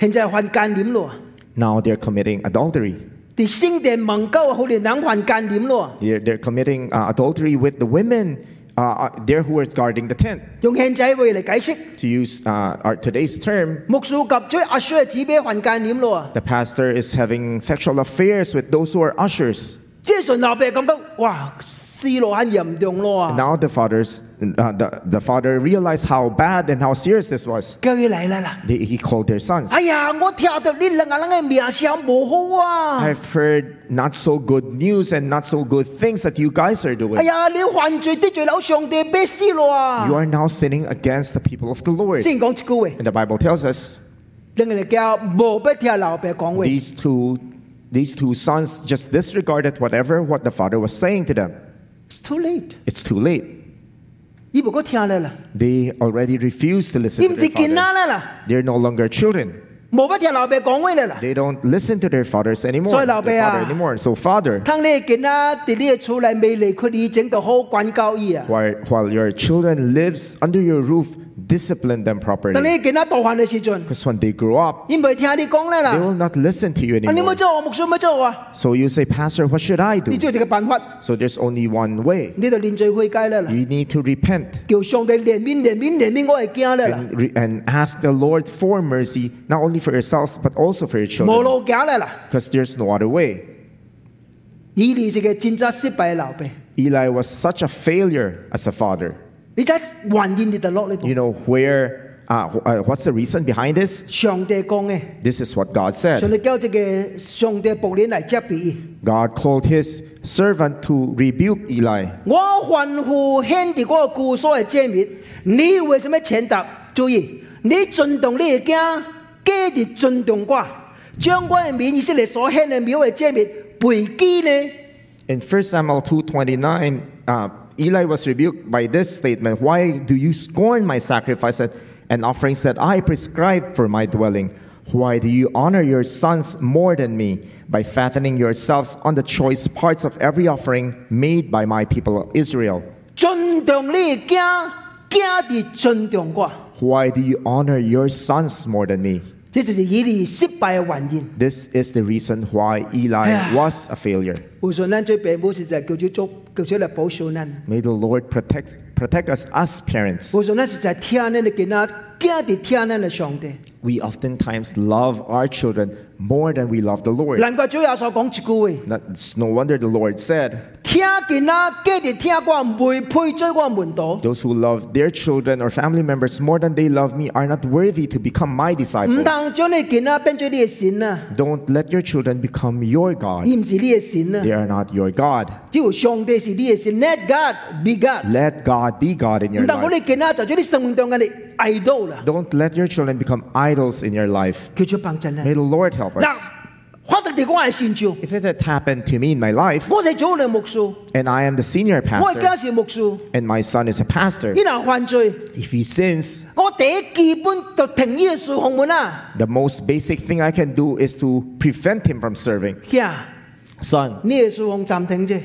A: 現在犯奸淫咯，
B: Now they're committing adultery.
A: 啲聖殿蒙狗啊好似人犯奸淫咯。
B: They're, they're committing uh, adultery with the women uh, uh, there who were guarding the tent.
A: 用現在話嚟解釋。
B: To use uh, our today's term,
A: 木素及追阿叔嘅指俾犯戒念咯，
B: the pastor is having sexual affairs with those who are ushers.
A: 即係純老伯咁得，哇，思路很嚴重咯
B: And。now the, fathers, uh, the, the father realized how bad and how serious this was.
A: 叫佢嚟啦啦，
B: They, he called their sons.
A: 哎呀，我聽到你兩個人嘅名聲唔好啊，
B: I've heard not so good news and not so good things that you guys are
A: 哎
B: doing.
A: 呀，你犯罪得罪到上帝，俾死咯啊
B: You！are now sinning against the people of the Lord.
A: 先講一句話，
B: And the Bible tells us
A: 兩個人叫無必聽老伯講話，
B: these two, these two sons just disregarded whatever what the father was saying to them.
A: It's too late，
B: It's too late.
A: 伊無果聽你啦，
B: They already refused to listen
A: 伊
B: to
A: 唔是
B: their
A: 見啦
B: father.
A: 啦啦，
B: They're no longer children.
A: 無必聽老伯講話啦啦。
B: They don't listen to their fathers anymore.
A: 所以老爸
B: their
A: 啊。
B: father anymore. So father,
A: 當你嘅囡仔喺你嘅厝內未離開你，整到好管教伊啊。
B: while, while your children lives under your roof, discipline
A: 當
B: them
A: 你
B: properly.
A: 嘅囡仔大犯嘅時陣，
B: Because when they grow up,
A: 伊唔會聽你講啦
B: they
A: 啦。
B: will not listen to you
A: 啊！你冇
B: anymore.
A: 做，牧師冇做啊！
B: So you say, Pastor, what should I
A: 你
B: do?
A: 做一個辦法，
B: So there's only one way.
A: 你就連罪悔改啦啦，
B: You need to repent
A: 叫上帝憐憫憐憫憐憫我係驚啦啦，
B: and, re- and ask the Lord for mercy, not only for yourselves, but also for your
A: 無
B: children.
A: 路行啦啦。
B: Because there's no other way.
A: 以利是個戰爭失敗嘅老爸，
B: Eli was such a failure as a father.
A: 你真還原你就落呢
B: You
A: 步。
B: know, where, uh, wh- uh, what's the reason behind this?
A: 上帝講嘅，
B: This is what
A: 上
B: God said.
A: 帝叫這個上帝僕人嚟責備伊。
B: God called his servant to rebuke Eli.
A: 我吩咐兄弟嗰個故所嘅遮滅，你為什麼踐踏？注意，你尊重你嘅囝，今日尊重我，將我嘅面以色列所獻嘅廟嘅遮滅，背基呢？
B: In 1 Samuel 2.29, uh, Eli was rebuked by this statement, Why do you scorn my sacrifice and- and offerings that I prescribe for my dwelling? Why do you honor your sons more than me by fattening yourselves on the choice parts of every offering made by my people Israel?
A: 尊重你嘅囝，囝地尊重我。
B: Why do you honor your sons more than me?
A: 这就是以利失敗嘅原因。
B: This is the reason why Eli was a failure.
A: 回信咱最病母是就係叫主祝，叫主嚟保守咱。
B: May the Lord protect, protect us as parents.
A: 回信咱是就係聽咱嘅囡仔，囝地聽咱嘅上帝。
B: We oftentimes love our children more than we love the Lord.
A: 難怪主耶穌講一句話：
B: Not, it's no wonder the Lord said,
A: 聽囡仔，囝地聽我，唔會配追我門徒。
B: Those who love their children or family members more than they love me are not worthy to become my
A: 唔
B: disciples.
A: 通將你嘅囡仔變做你嘅神啊！
B: Don't let your children become your God.
A: 伊唔是你嘅神啊！
B: They are not your God.
A: 只有上帝是你嘅神，Let God be God。
B: Let God be God in
A: 唔
B: your
A: 通講
B: life.
A: 你囡仔就做你生命中嘅你 idol 啦，
B: Don't let your children become idols in your life.
A: 叫主幫襯啦。
B: May the Lord help
A: 嗱
B: us.，
A: 啊發生伫我嘅身上。
B: If it had happened to me in my life,
A: 我係做嘅牧師，我
B: and I am the senior
A: 而家
B: pastor,
A: 是牧師。
B: and my son is a pastor,
A: 伊若犯罪，
B: if he sins,
A: 我第一基本就停伊嘅事項門啊。
B: the most basic thing I can do is to prevent him from serving.
A: 呀，
B: Son,
A: 你嘅事項暫停啫，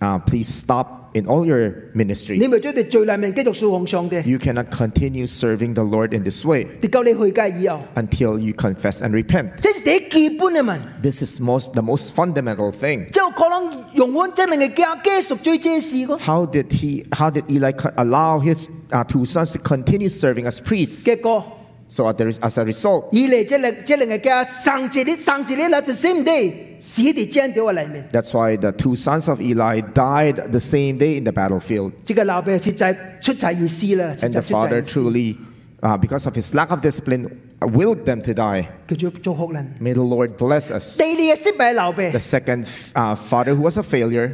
B: uh, please stop in all your
A: 你
B: ministry.
A: 咪做伫罪裏面繼續事項上嘅。
B: You cannot continue serving the Lord in this way
A: 直到你去界以後，
B: until you confess and repent.
A: 這是第一基本嘅問。
B: This is most the most fundamental thing.
A: 就可能容許真令嘅家繼續追這事個。
B: How did he? How did Eli co- allow his uh, two sons to continue serving as priests?
A: 結果
B: So at the res- as a result,
A: 以嚟即令即令嘅家生自啲生自啲啦，就死唔得，死喺正條嘅裏面。
B: that's why the two sons of Eli died the same day in the battlefield.
A: 即個老爸切仔出仔而死啦，切
B: And the
A: 仔出仔
B: father
A: 而死。
B: truly, uh, because of his lack of discipline, willed them to die.
A: 叫做祝福人。
B: May the Lord bless us.
A: 第二嘅失敗老爸
B: The second uh, father who was a failure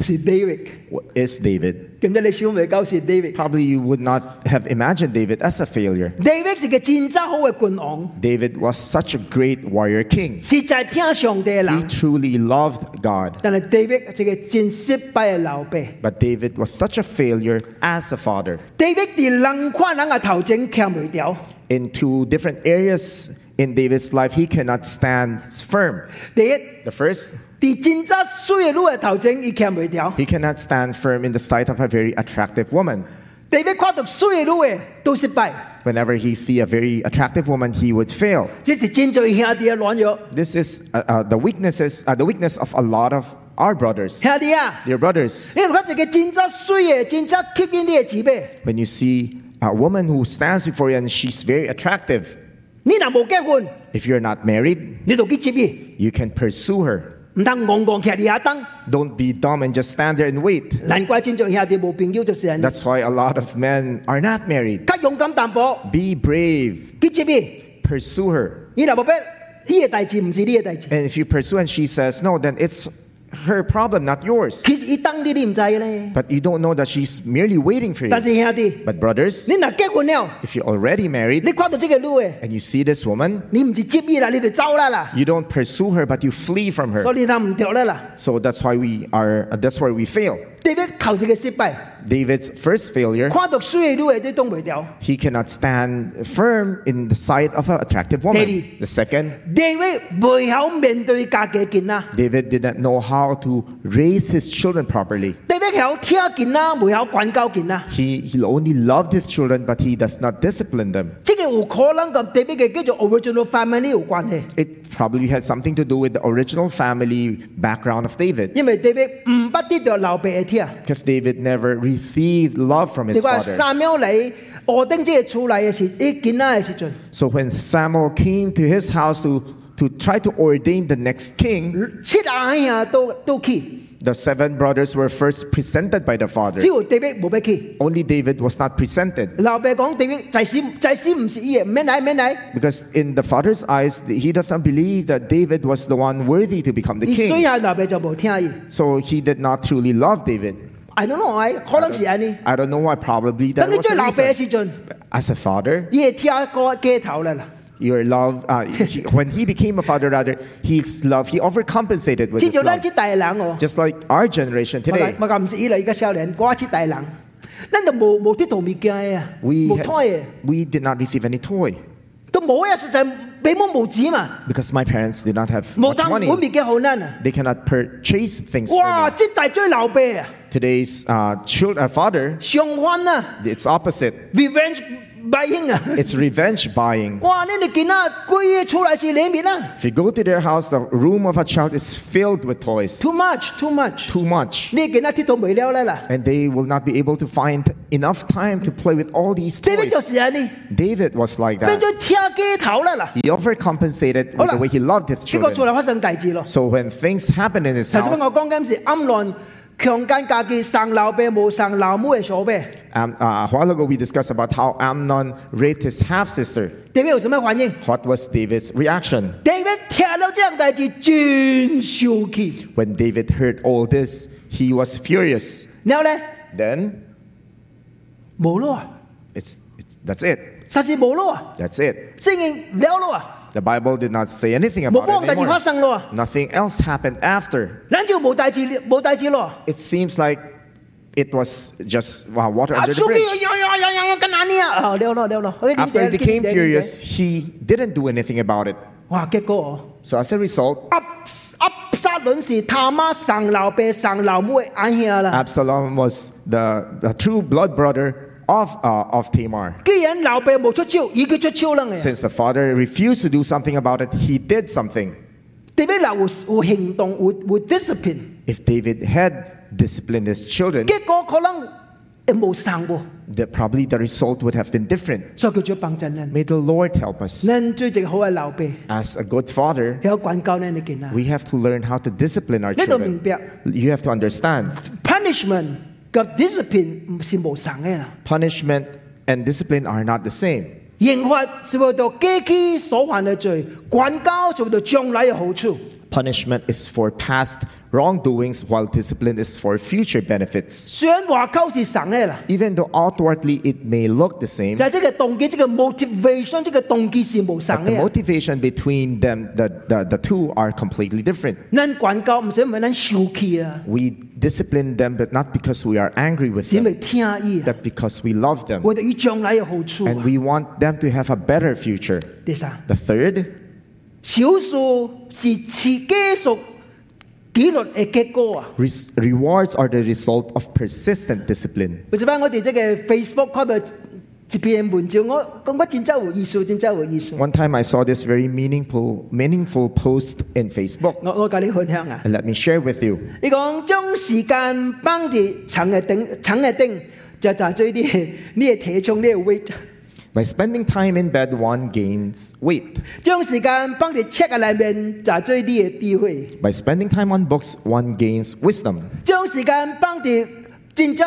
A: 是 David，
B: w- is David.
A: 咁即你小未夠是 David。
B: Probably you would not have imagined David as a failure.
A: David 是個戰爭好嘅君王，
B: David was such a great warrior king.
A: 是就係聽上帝嘅
B: He
A: 人。
B: truly loved God.
A: 但係 David 係個戰失敗嘅老爸。
B: But David was such a failure as a father.
A: David 喺冷框人嘅頭前扛唔掉。
B: In two different areas in David's life, he cannot stand firm.
A: 第一。
B: The first,
A: 伫真正水嘅路嘅頭前，伊行袂掉；
B: he cannot stand firm in the sight of a very attractive woman.
A: 第一看到水嘅路嘅都失敗，
B: Whenever he see a very attractive woman, he would fail.
A: 這是真正兄弟嘅軟弱。
B: This is uh, uh, the weaknesses, uh, the weakness of a lot of our brothers,
A: 兄弟啊，
B: dear brothers.
A: 你看一個真正水嘅、真正吸引你嘅姊妹，
B: When you see a woman who stands before you and she's very attractive,
A: 你若無結婚，
B: if you're not married,
A: 你就去接伊，
B: you can pursue her.
A: 唔通戇戇徛佇遐等。
B: Don't be dumb and just stand there and wait.
A: 難怪真正兄弟無朋友就是安尼。
B: That's why a lot of men are not married.
A: 較勇敢淡薄，
B: Be brave,
A: 去接伊。
B: pursue her.
A: 你若無必，伊嘅代志唔是你嘅代志。
B: And if you pursue and she says no, then it's her problem, not yours.
A: 其實伊等你，你唔知咧。
B: But you don't know that she's merely waiting for you.
A: 但是兄弟，
B: But brothers,
A: 你若結婚了，
B: if you're already married
A: 你看到這個女嘅，
B: and you see this woman,
A: 你唔是接伊啦，你就走啦啦，
B: you don't pursue her, but you flee from
A: 所
B: her.
A: 以他唔掉啦啦。
B: So that's why we are. That's why we fail.
A: 特別頭一個失敗，
B: David's first failure,
A: 看到水嘅女嘅都擋唔掉。
B: he cannot stand firm in the sight of an
A: Daddy.
B: attractive woman. The second,
A: 地位未曉面對家己嘅囡仔，
B: David did not know how to raise his children properly.
A: 地位曉聽囡仔，未曉管教囡仔。
B: He, he only loved his children, but he does not discipline them.
A: 即個有可能同地位嘅叫做 original family 有關係，
B: It probably had something to do with the original family background of David,
A: 因為地位唔捌得到老爸嘅聽。
B: because David never received love from
A: 你
B: his
A: 話
B: father.
A: 三秒嚟，我丁即係出嚟嘅時，啲囡仔嘅時陣，
B: So when Samuel came to his house to, to try to ordain the next king,
A: 七阿兄都都去，
B: the seven brothers were first presented by the
A: 只
B: father.
A: 有地位冇俾去。
B: Only David was not presented.
A: 老爸講地位，祭司祭司唔是伊嘅，唔免嚟唔免嚟，
B: Because in the father's eyes, he does not believe that David was the one worthy to become the
A: 伊水
B: king.
A: 下老爸就冇聽伊。
B: So he did not truly love David.
A: I don't know why，可能是安尼。
B: I don't know why, probably
A: 等
B: that
A: 你
B: was
A: 做老爸
B: the
A: 嘅
B: reason.
A: 時陣。
B: As a father,
A: 伊會聽個街頭啦啦，
B: your love, uh, he- when he became a father, rather, his love, he overcompensated with
A: 至
B: his
A: 少咱
B: love.
A: 即代人哦，
B: Just like our generation
A: 我
B: today.
A: 我講唔是伊啦，而家少年，我即代人，咱就無無啲道物件嘅啊，
B: We,
A: 無
B: had-
A: 胎嘅，
B: we did not receive any toy.
A: 都冇啊，實在俾冇無錢嘛，
B: Because my parents did not have
A: 無
B: much
A: 當本
B: money.
A: 物件好難啊，
B: They cannot purchase things
A: 哇！
B: for me.
A: 即代最流弊啊，
B: Today's uh, child, uh, father,
A: 上反啊
B: it's opposite.
A: ，revenge buying 啊，
B: It's revenge buying.
A: 哇！你哋見啊，貴嘢出嚟是裏面啊
B: If you go to their house, the room of a child is filled with toys.
A: ，too much，too much，
B: Too much.
A: 你見啊，啲都未了啦啦，
B: And they will not be able to find enough time to play with all these
A: 呢啲就
B: toys.
A: 是啊你，
B: David was like
A: 變
B: that.
A: 咗聽街啊頭啦啦，
B: He overcompensated with the way he loved his
A: 結果出
B: children.
A: 嚟發生大事咯。
B: So when things happened in his
A: 頭先我
B: house,
A: 講緊是暗論強姦家己生老爸冇生老母嘅所謂，
B: um, uh, a while ago we discussed about how Amnon raped his half sister.
A: 特別有什麼反應？
B: What was David's reaction?
A: 特別聽到這樣代志真生氣，
B: When David heard all this, he was furious.
A: 然後呢，啊
B: Then,
A: 冇咯啊，
B: it's, it's that's it.
A: 實是冇咯啊，
B: That's it.
A: 真係了咯啊，
B: The Bible did not say anything
A: 冇
B: about
A: 光
B: it
A: 突然發
B: anymore.
A: 生咯，
B: Nothing else happened after.
A: 咱就冇大事冇大事咯。
B: It seems like it was just wow, water
A: 啊，
B: under the
A: 手
B: bridge.
A: 機呀呀呀呀，跟哪呢啊？啊，了咯了咯，哎
B: After he became furious, he didn't do anything about it.
A: 哇！結果哦
B: So as a result,
A: 阿阿撒倫是他媽生老爸生老母嘅阿兄
B: 啊
A: 啦。
B: Absalom was the, the true blood brother of, uh, of Tamar.
A: 既然老爸冇出手，已經出手啊啦嘅。
B: Since the father refused to do something about it, he did something.
A: 特別嗱，有有行動，有有 discipline，
B: If David had disciplined his children,
A: 結果可能會冇生喎。
B: the, probably the result would have been different.
A: 所以叫做幫襯人。
B: May the Lord help us.
A: 恁最正好嘅老爸，
B: As a good father,
A: 有管教恁嘅囡仔。
B: we have to learn how to discipline our
A: 你度
B: children.
A: 明白
B: You have to understand
A: punishment 及 discipline 唔是無相嘅啦。
B: punishment and discipline are not the same.
A: 刑罰是為到過去所犯嘅罪，管教是為到將來嘅好處。
B: Punishment is for past wrongdoings, while discipline is for future benefits.
A: 雖然話溝是神嘅啦，
B: Even though outwardly it may look the same,
A: 就係、這個動機，這個 motivation，這個動機是無神
B: but the
A: 嘅。
B: motivation between them, the, the, the two are completely different.
A: 恁管教唔是因為恁受氣啊，
B: We discipline them, but not because we are angry with
A: 是因
B: them,
A: 為聽意啊，
B: but because we love them
A: 為到於將來嘅好處
B: and
A: 啊。
B: we want them to have a better future.
A: 第三，
B: The third,
A: 少數是持繼續紀律嘅結果啊。
B: res- rewards are the result of persistent discipline.
A: 為什麼我哋這個 Facebook 看到一篇文章，我感覺真真有意思，真真有意思。
B: One time I saw this very meaningful, meaningful post in Facebook,
A: 我我教你分享啊！
B: and let me share with you.
A: 你講將時間綁住層嘅頂，層嘅頂就就最啲呢個體重呢個 weight，
B: By spending time in bed, one gains weight.
A: 將時間綁住 check 嘅裏面就最啲嘅智慧，
B: By spending time on books, one gains wisdom.
A: 將時間綁住真正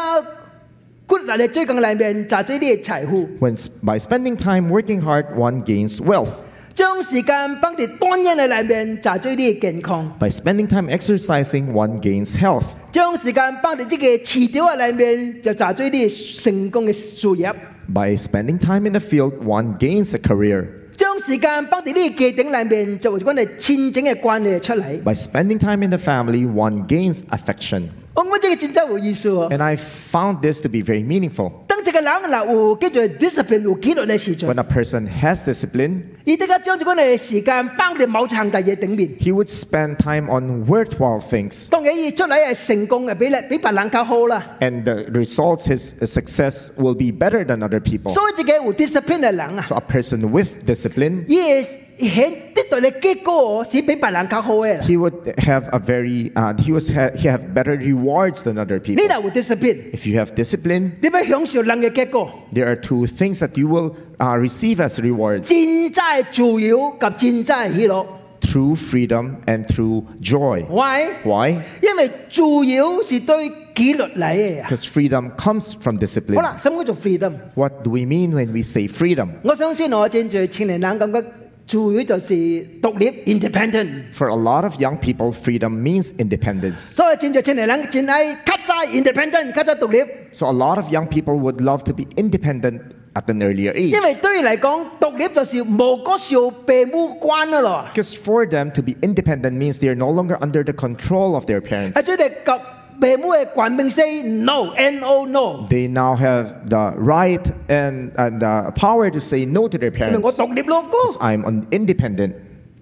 A: 骨力嘅追緊裏面就最啲嘅財富，
B: When, by spending time working hard, one gains wealth.
A: 將時間綁住單一嘅裏面就最啲嘅健康，
B: By spending time exercising, one gains health.
A: 將時間綁住呢個池條嘅裏面就就最啲嘅成功嘅事業，
B: By spending time in the field, one gains a career.
A: 將時間綁住呢個記頂裏面就會揾嚟千整嘅關係出嚟。
B: By spending time in the family, one gains affection.
A: 我覺得這個真真有意思喎。
B: And I found this to be very meaningful.
A: 當一個人嗱有叫做 discipline 有紀律嘅時陣，
B: When a person has discipline,
A: 伊得個將這款嘅時間放喺某層第嘢頂面。
B: he would spend time on worthwhile things.
A: 當然，伊出嚟係成功嘅，比你比別人較好啦。
B: And the results, his success will be better than other people.
A: 所以，一個有 discipline 嘅人啊，
B: So a person with discipline,
A: 伊會顯得到嘅結果是比別人較好嘅啦。
B: he would have a very, uh, he, was ha- he have better rewards than other
A: 你
B: people.
A: 若有 discipline，
B: If you have discipline,
A: 你要享受人嘅結果，
B: there are two things that you will uh, receive as rewards
A: 真正嘅自由及真正嘅喜樂。
B: through freedom and through joy.
A: Why？
B: Why?
A: 因為自由是對紀律嚟嘅啊。
B: Because freedom comes from
A: 好
B: discipline.
A: 啦，什麼叫做 freedom？
B: What do we mean when we say freedom?
A: 我相信我正在青年人感覺自由就是獨立 （independent），
B: For a lot of young people, freedom means independence.
A: 所以正在青年人真係較早 independent，較早獨立，
B: So a lot of young people would love to be independent at an earlier age.
A: 因為對於嚟講，獨立就是無個受父母關嘅咯。
B: Because for them to be independent means they are no longer under the control of their parents.
A: 啊，即係及父母嘅權柄 say no n o no，
B: They now have the right and, and the power to say no to their
A: 因為
B: parents.
A: 我獨立咯，哥，
B: I'm an independent.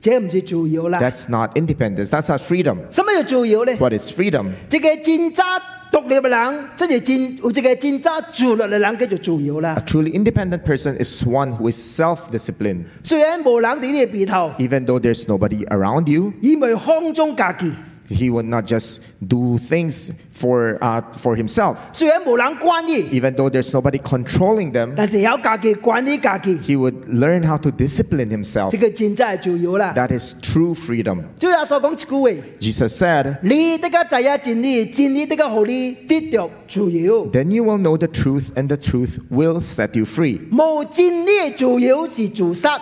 A: 這唔是自由啦。
B: That's not independence. That's not freedom.
A: 什麼叫自由咧？
B: What is freedom?
A: 即個真正獨立嘅人，即係真有一個真正自律嘅人叫做自由啦
B: A。truly independent person is one who is self disciplined.
A: 雖然無人喺你嘅鼻頭，
B: Even though there's nobody around you,
A: 以為空中家己。
B: he would not just do things for, uh, for himself.
A: 雖然無人管你，
B: Even though there's nobody controlling them,
A: 但是有家己管理家己，
B: he would learn how to discipline himself.
A: 這個真正係自由啦。
B: That is true freedom.
A: 主耶穌講一句話：
B: Jesus said,
A: 你得個知影真理，真理得個互你得着自由。
B: Then you will know the truth, and the truth will set you free.
A: 無真理嘅自由是自殺。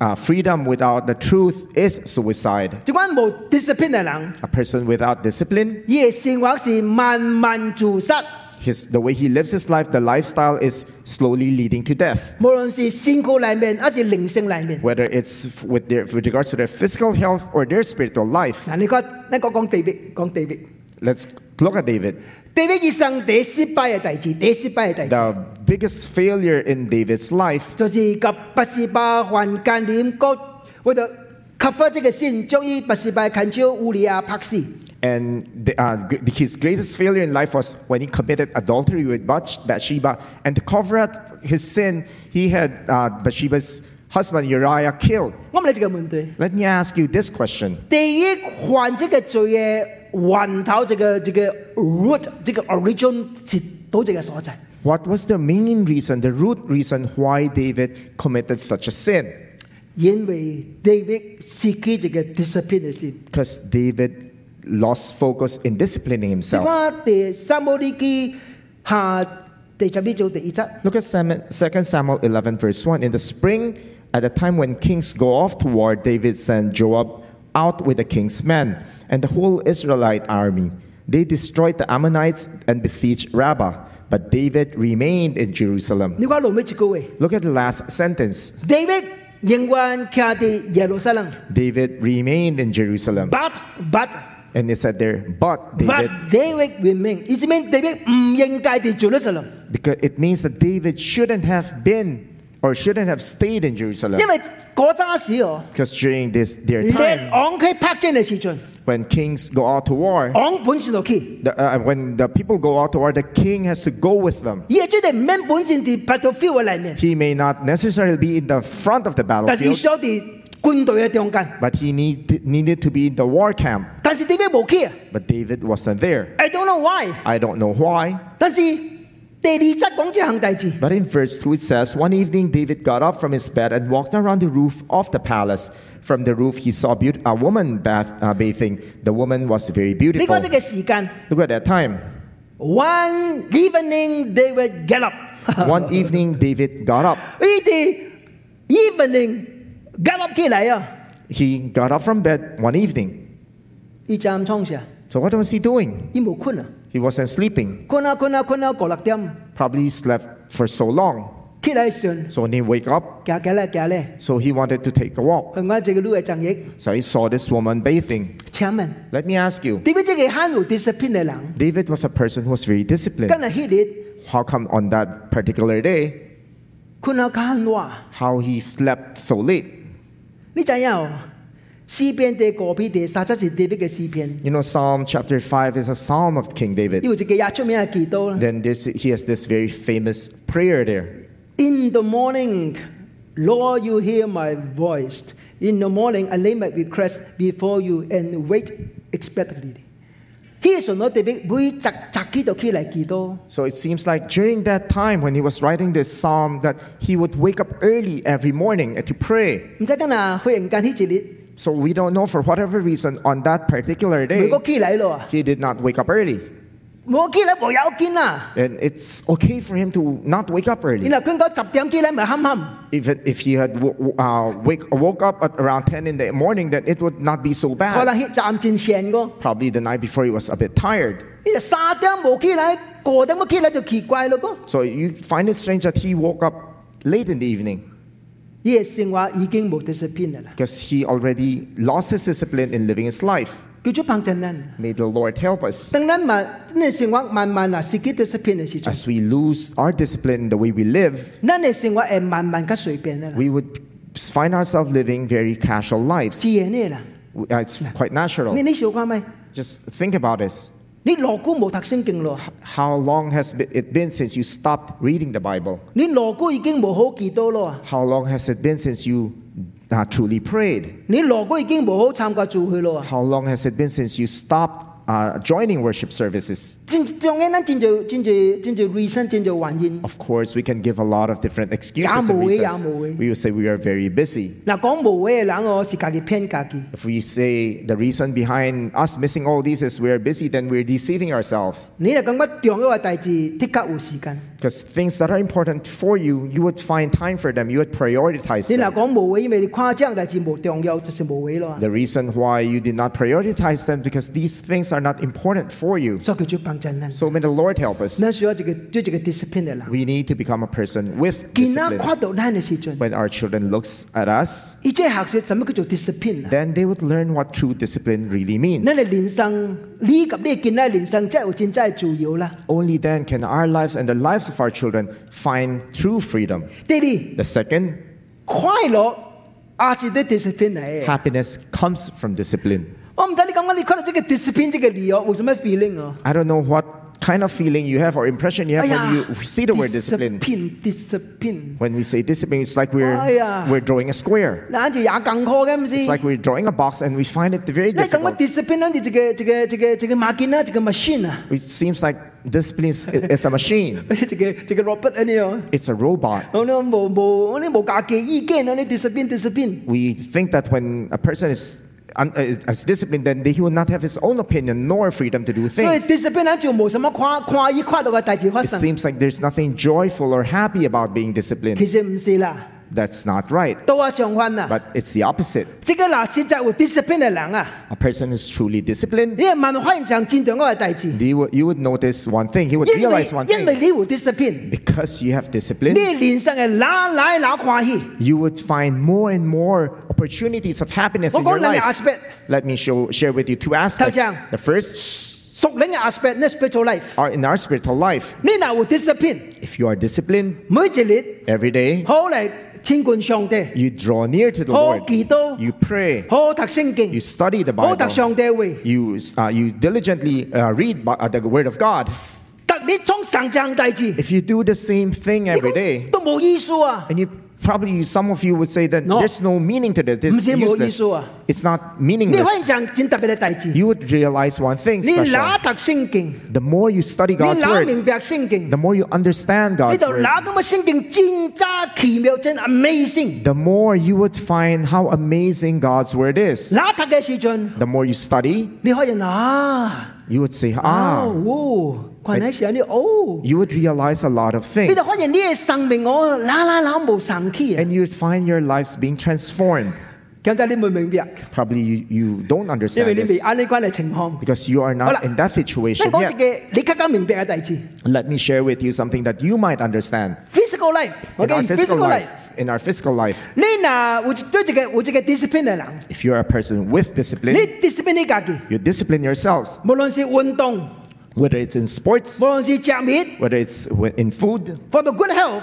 B: Uh, freedom without the truth is suicide.
A: 即款無 discipline 嘅人，
B: A person without discipline
A: 伊嘅生活是慢慢自殺。
B: His, the way he lives his life, the lifestyle is slowly leading to death.
A: 無論是信仰裏面，還是靈性裏面。
B: Whether it's f- with, their, with regards to their physical health or their spiritual life.
A: 嗱，你講，你講講地域，講地域。
B: Let's look at David.
A: 地域醫生第一失敗嘅弟子，第一失敗嘅弟子，
B: The biggest failure in David's life
A: 就是及拔士巴患間染谷，為咗及翻即個先，將於拔士巴近朝烏利亞拍死。
B: and the, uh, gr- his greatest failure in life was when he committed adultery with Bath- Bathsheba. And to cover up his sin, he had uh, Bathsheba's husband Uriah killed.
A: 我問你一個問題：
B: Let me ask you this question.
A: 第一患即個罪嘅源頭，這個這個 root，這個 origin 是到這個所在。
B: What was the main reason, the root reason why David committed such a sin?
A: 因為地域是佢這個 discipline 嘅先。
B: Because David lost focus in disciplining
A: 你
B: himself.
A: 睇第三摩利記下第十二章第二節。
B: Look at 2 Samuel 11, verse 1. In the spring, at the time when kings go off to war, David sent Joab out with the king's men and the whole Israelite army. They destroyed the Ammonites and besieged Rabbah, but David remained in Jerusalem.
A: 你講落尾一句話
B: Look at the last sentence.
A: ，David 仍然徛喺耶路撒冷。
B: David remained in Jerusalem.
A: But but
B: And it said there,
A: but
B: but David,
A: David remain. It means David 唔應該喺 Jerusalem，
B: because it means that David shouldn't have been or shouldn't have stayed in Jerusalem.
A: 因為嗰陣時哦，
B: Because during this their
A: 你
B: time,
A: 昂佢拍正嘅時陣，
B: when kings go out to war,
A: 昂本線落去，
B: The, uh, when the people go out to war, the king has to go with them.
A: 而係絕對唔明本線喺 battlefield 嘅裏面，
B: He may not necessarily be in the front of the
A: 但是
B: battlefield,
A: 想喺軍隊嘅中間。
B: but he need, needed to be in the war camp.
A: 但是 David 冇去啊
B: But David wasn't there.
A: ，I don't know why。
B: I don't know why,
A: 但是第二則講這行弟子，
B: but in verse 2 it says One evening David got up from his bed and walked around the roof of the palace. From the roof, he saw beaut- a woman bath- uh, bathing. The woman was very
A: 你
B: beautiful.
A: 講這個時間
B: Look at that time.
A: ，one evening David get up，
B: One evening, David got up.
A: 呢啲 evening get up 起嚟啊，
B: He got up from bed one evening.
A: 呢站倉時啊，
B: So, what was he doing?
A: 佢冇困啊。
B: He wasn't sleeping.
A: 困啊困啊困啊，過六點
B: probably slept for so long.
A: 起嚟上
B: So when he wake up,
A: 行行咧行咧，
B: so he wanted to take a walk.
A: 佢啱隻個女嘅曾益。
B: So he saw this woman bathing.
A: 請問
B: Let me ask you,
A: 點解即係慳到 discipline 嘅人？
B: David was a person who was very
A: 今
B: disciplined.
A: 日起嚟
B: How come on that particular day,
A: 困啊間話，
B: how he slept so late?
A: 你知哦有詩篇第個篇第三七是特別嘅詩篇，
B: You know, Psalm chapter 5 is a psalm of King
A: 因
B: David.
A: 為自己也出名嘅祈禱啦。
B: Then there's, he has this very famous prayer there.
A: In the morning, Lord, you hear my voice. In the morning, I lay my request before you and wait expectantly. 佢係上到特別每集集幾度起嚟祈禱。
B: So it seems like during that time when he was writing this psalm that he would wake up early every morning and to pray.
A: 唔知今日忽然間呢一日，
B: So we don't know for whatever reason on that particular
A: 如
B: day
A: 果起嚟咯啊！
B: he did not wake up early.
A: 冇見啦，冇有見啦。
B: And it's okay for him to not wake up
A: 然
B: early.
A: 後佢講十點幾咧，咪冚冚。
B: Even if he had wo- wo- uh, wake, woke up at around 10 in the morning, then it would not be so
A: 可
B: bad.
A: 能係站戰線個。
B: Probably the night before he was a bit tired.
A: 呢就三點冇見啦，個點冇見啦就奇怪咯個。
B: So you find it strange that he woke up late in the evening
A: 呢個生活已經冇 discipline 啦，
B: because he already lost his discipline in living his life.
A: 叫做幫襯人。
B: May the Lord help us
A: 等咱慢，呢生活慢慢啊，自己 discipline 嘅時候，
B: as we lose our discipline in the way we live,
A: 咱嘅生活係慢慢嘅隨便啦，
B: we would find ourselves living very casual lives.
A: 自然嘅啦。
B: Uh, It's quite
A: 你
B: natural.
A: 你想講咩？
B: Just think about this.
A: 你落古冇讀聖經咯，
B: How long has be- it been since you stopped reading the Bible?
A: 你落古已經冇好祈禱咯，
B: How long has it been since you uh, truly prayed?
A: 你落古已經冇好參加聚會咯。
B: How long has it been since you stopped uh, joining worship services?
A: 真正嘅咱真就真就真就 reason 真就原因。
B: Of course, we can give a lot of different excuses and
A: Yamuwe,
B: reasons.
A: yamuwe.
B: We will say we are very busy.
A: 嗱，講無謂嘅人哦，是家己騙家己。
B: If we say the reason behind us missing all these is we are busy, then we're deceiving ourselves.
A: 你就感覺重要嘅代志，的確有時間。
B: Because things that are important for you, you would find time for them, you would prioritize
A: 你若
B: them.
A: 講無謂，因為你誇張代志無重要，就是無謂咯。
B: The reason why you did not prioritize them because these things are not important for you.
A: 所以佢就幫真咱。
B: So may the Lord help us.
A: 咱需要一个做一个 discipline 嘅人。
B: We need to become a person with
A: 囡仔
B: discipline.
A: 看到咱嘅时阵，
B: When our children looks at us,
A: 伊即学习什么叫做 discipline 啊？
B: then they would learn what true discipline really means.
A: 咱嘅人生，你及你嘅囡仔人生，真係有真真自由啦。
B: Only then can our lives and the lives of our children find true freedom.
A: 第二，
B: The second,
A: 快樂也是啲 discipline 嚟嘅。
B: happiness comes from discipline.
A: 我唔知你感覺你看到這個 discipline 這個字哦，有什麼 feeling 哦？
B: I don't know what kind of feeling you have or impression you have
A: Oh,
B: when you see the word discipline.
A: discipline，discipline，
B: When we say discipline, it's like we're,
A: Ay, ah.
B: we're drawing a square.
A: 嗱，就也更好嘅，唔是？
B: It's like we're drawing a box and we find it very
A: 你感覺
B: difficult.
A: discipline 好似一個一個一個一個 machine 啊，一個 machine 啊，
B: It seems like discipline is, is a machine.
A: 好似一個一個 robot 咁樣哦。
B: It's a robot.
A: 我呢無無，我呢無家己意見啊，呢 discipline discipline。
B: We think that when a person is, un, uh, is disciplined, then he will not have his own opinion nor freedom to do
A: 所以
B: things.
A: discipline 呢就冇什麼看看伊看到嘅代志發
B: It
A: 生。
B: seems like there's nothing joyful or happy about being disciplined.
A: 其實唔是啦，
B: That's not right.
A: 都係相反啊啦。
B: But it's the opposite.
A: 即個嗱，實在有 discipline 嘅人啊，
B: A person who's truly disciplined,
A: 你係慢慢發現上戰場嗰個代志。
B: you would, you would notice one thing. He would
A: 因為
B: realize one
A: 因為
B: thing.
A: 你有 discipline，
B: Because you have discipline,
A: 你連生係哪奶哪歡喜。
B: you would find more and more opportunities of happiness
A: 我
B: in your
A: 講兩個
B: life.
A: aspect，
B: Let me show, share with you two aspects.
A: Tajang.
B: The first
A: 屬靈嘅 aspect 呢 spiritual life。
B: are in our spiritual life.
A: 你若有 discipline，
B: If you are disciplined
A: 每一日
B: every day,
A: 好嚟親近上帝，
B: you draw near to the
A: 好
B: Lord,
A: 祈禱，
B: you pray,
A: 好讀聖
B: you
A: 經，
B: study the
A: 好讀
B: Bible,
A: 上帝話，
B: you, uh, you diligently uh, read Bi- uh, the Word of God.
A: 特你從上正大志，
B: If you do the same thing
A: 你
B: every
A: 講
B: day,
A: 都冇意思啊！
B: and you probably some of you would say that
A: No.
B: there's no meaning to this. This is
A: 唔知冇
B: useless.
A: 意思啊。
B: It's not
A: 你
B: meaningless.
A: 可以講真特別嘅代志，
B: You would realize one thing
A: 你
B: special.
A: 哪讀聖經，
B: The more you study
A: 你
B: God's
A: 哪
B: word,
A: 明白聖經，
B: the more you understand
A: 你
B: God's
A: 就
B: word,
A: 哪咁嘅聖經真渣奇妙，真 amazing。
B: the more you would find how amazing God's word is.
A: 哪讀嘅時陣。
B: The more you study,
A: 你可以啊
B: you would say,
A: 啊
B: ah,
A: 哦，群喺時候你哦，
B: you would realize a lot of
A: 你
B: things.
A: 就發現你嘅生命哦我啦啦啦冇生氣啊！
B: And you'd find your lives being transformed.
A: 咁就你會明白，
B: Probably you, you don't
A: 因
B: understand
A: 為你未
B: this
A: 啱呢關嘅情況。
B: because you are
A: Wala.
B: not in that
A: 即係
B: situation
A: 講一
B: yet.
A: 個你更加明白嘅例子
B: Let me share with you something that you might understand.
A: ，physical life，OK，physical
B: in our physical life,
A: life。
B: in our physical life
A: 你嗱會做一個會一個 discipline 嘅人，
B: if you're a person with
A: 你
B: discipline
A: discipline 你自己，
B: you discipline yourselves
A: 無論是運動，
B: whether it's in sports
A: 無論是食面
B: whether it's wi- in food
A: ，for the good health，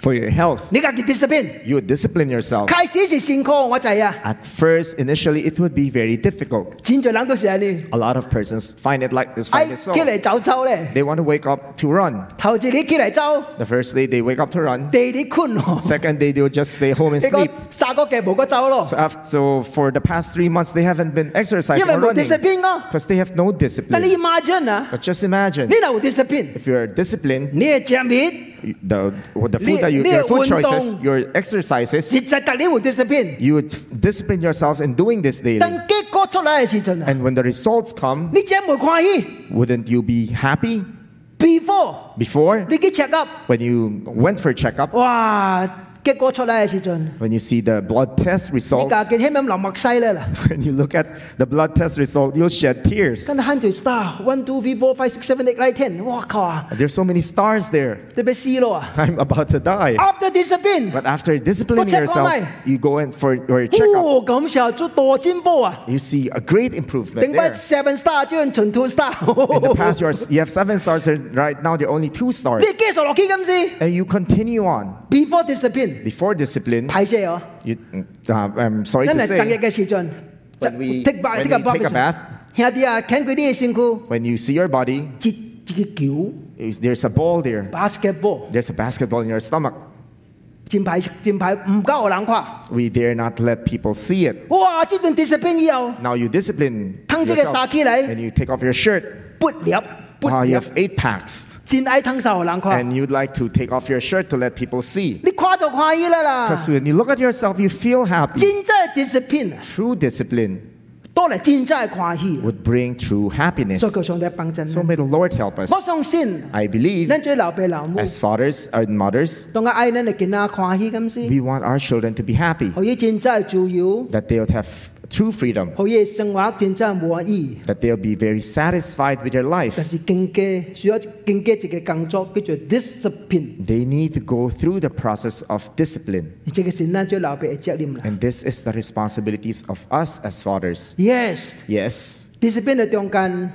B: for your health
A: 你自己 discipline。
B: you discipline yourself
A: 開始是辛苦，我知啊，
B: at first initially it would be very difficult
A: 錢在人都是啊你，
B: a lot of persons find it like this
A: 哎，
B: find it
A: 起
B: so
A: 嚟走走咧，
B: they want to wake up to run
A: 頭次你起嚟走。
B: the first day they wake up to run
A: 地你困哦，
B: second day they'll just stay home and
A: 你講
B: sleep
A: 殺個腳無個走咯
B: so,，after, so for the past three months they haven't been
A: 因
B: exercising
A: 為
B: or
A: 冇
B: running
A: discipline 咯。
B: because they have no
A: 但你
B: discipline
A: imagine 啊，
B: but just imagine
A: 你嗱有 discipline，
B: if you're disciplined
A: 你嘅食面
B: the the food
A: Li-
B: that you
A: li-
B: your food
A: 運動。
B: choices, your exercises,
A: 實在特你有 discipline，
B: you would discipline yourselves in doing this
A: 但
B: daily.
A: 結果出嚟嘅時陣啊，
B: And when the results come,
A: 你真係冇歡喜。
B: wouldn't you be happy?
A: Before
B: Before
A: 你去 check up，
B: when you went for checkup,
A: 哇，結果出嚟嘅時陣，你
B: when you see the blood test
A: 家
B: results,
A: 己起碼流墨西咧啦，
B: [LAUGHS] when you look at the blood test result, you'll shed tears.
A: 跟住 hundred star one two three four five six seven eight nine ten，哇靠啊，
B: There's so many stars there. [LAUGHS]
A: 特別死咯啊
B: I'm about to die.
A: ！After discipline，
B: But after disciplining
A: Go check
B: yourself,
A: online.
B: you go in for your checkup.
A: 哦，咁時候做大進步啊！
B: You see a great improvement
A: 定不
B: there.
A: seven star 將全 two star。
B: In the
A: [LAUGHS]
B: past, you, are, you have seven stars, and right now they're only two stars.
A: 你繼續落去咁先。
B: And you continue on.
A: Before discipline，
B: Before discipline,
A: 排泄哦。
B: you, uh, I'm sorry
A: 咱
B: to
A: 係正日
B: say,
A: 嘅時陣
B: When we-
A: take bath
B: when
A: ，take a
B: we
A: bath
B: take
A: 嘅
B: a
A: 時候
B: bath
A: 兄弟啊，啃佢啲嘅身軀，
B: when you see your body,
A: 接一個球
B: is- there's a ball there.
A: basketball，
B: There's a basketball in your stomach.
A: 前排前排唔夠人跨。
B: We dare not let people see it.
A: 哇！即段 discipline 以後，
B: Now you discipline
A: 吞咗個
B: yourself,
A: 沙機嚟，
B: and you take off your shirt.
A: 撥入
B: Wow,
A: 撥
B: you
A: 入，
B: have eight packs,
A: 真愛吞手人跨。
B: Ah, and you'd like to take off your shirt to let people see.
A: 你跨就跨依啦啦。
B: Because when you look at yourself, you feel happy.
A: 真真 discipline 啊，
B: True discipline
A: 多嚟真真係跨起。
B: would bring true happiness.
A: 啊所以佢上帝啊幫襯
B: So
A: 我。
B: may the Lord help us.
A: 我相信。
B: I believe
A: 咱做老爸老母，
B: as fathers and mothers,
A: 當我愛咱嘅囡仔歡喜咁先，
B: we want our children to be happy.
A: 後一真真係自由，
B: that they would have true freedom,
A: 好嘢生活真正無意義。
B: that they'll be very satisfied with their
A: 但
B: life.
A: 是更加需要更加一個工作叫做 discipline，
B: They need to go through the process of discipline.
A: 而這個是咱做老爸嘅責任啦。
B: And this is the responsibilities of us as fathers.
A: Yes，discipline
B: Yes,
A: 嘅中間，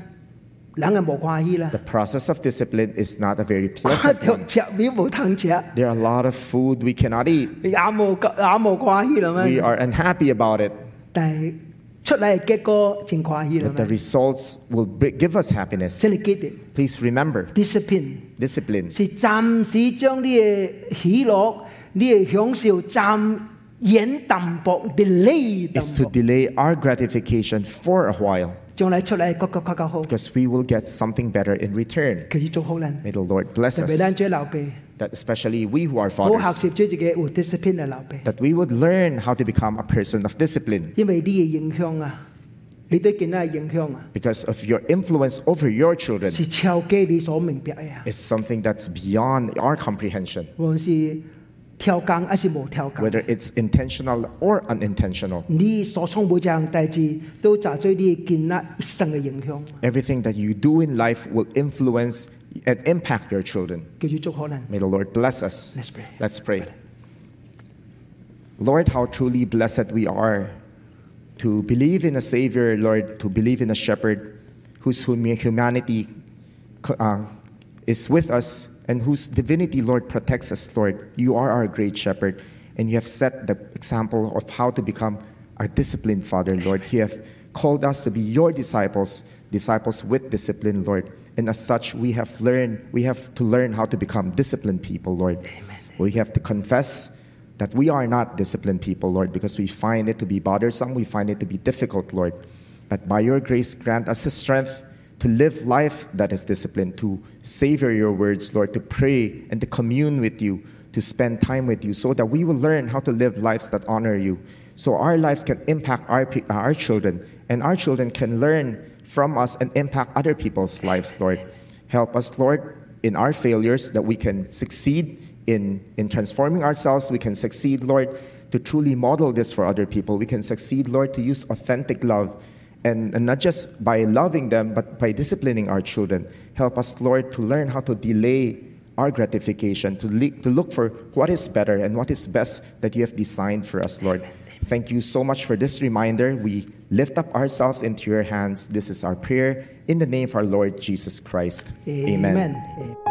A: 人係無歡喜啦
B: the，process of discipline is not a very
A: 看
B: pleasant
A: 到
B: one.
A: 食米無通食，也
B: There are a lot of food we cannot eat.
A: 無也無歡喜啦
B: We
A: 嘛。
B: are unhappy about it,
A: 但係出嚟嘅結果真歡喜啦
B: but
A: 嘛
B: the。results will bri- give us happiness.
A: 真係記得
B: Please remember
A: discipline。
B: discipline
A: 是暫時將你嘅喜樂、你嘅享受暫延淡薄，delay
B: is
A: 淡
B: to
A: 薄，
B: delay our gratification for a while
A: 將來出嚟個個較較好，
B: because we will get something better in return.
A: 佢要做好人，
B: May the Lord bless
A: 特別
B: us,
A: 咱做老爸，
B: that especially we who are
A: 好
B: fathers,
A: 學習做一個有 discipline 嘅老爸，
B: that we would learn how to become a person of discipline
A: 因為你嘅影響啊，你對囡仔嘅影響啊，
B: because of your influence over your children
A: 是超過你所明白嘅啊，
B: is something that's beyond our comprehension,
A: 無論是跳工還是無跳工，
B: whether it's intentional or unintentional.
A: 你所創每一項代志都造做你嘅囡仔一生嘅影響，
B: Everything that you do in life will influence and impact your children.
A: 佢要做好人。
B: May the Lord bless us.
A: Let's pray.
B: Let's pray. Lord, how truly blessed we are to believe in a Savior, Lord, to believe in a Shepherd whose hum- humanity uh, is with us and whose divinity, Lord, protects us, Lord. You are our great Shepherd, and you have set the example of how to become a disciplined Father, Lord. You have called us to be your disciples, disciples with discipline, Lord. And as such, we have learned, we have to learn how to become disciplined people, Lord. We have to confess that we are not disciplined people, Lord, because we find it to be bothersome, we find it to be difficult, Lord. But by your grace, grant us the strength to live life that is disciplined, to savor your words, Lord, to pray and to commune with you, to spend time with you, so that we will learn how to live lives that honor you. So our lives can impact our, pe- our children, and our children can learn from us and impact other people's lives, Lord. Help us, Lord, in our failures that we can succeed in, in transforming ourselves. We can succeed, Lord, to truly model this for other people. We can succeed, Lord, to use authentic love. And, and not just by loving them, but by disciplining our children. Help us, Lord, to learn how to delay our gratification, to, le- to look for what is better and what is best that you have designed for us, Lord. Thank you so much for this reminder. We lift up ourselves into your hands. This is our prayer in the name of our Lord Jesus Christ.
A: Amen. Amen.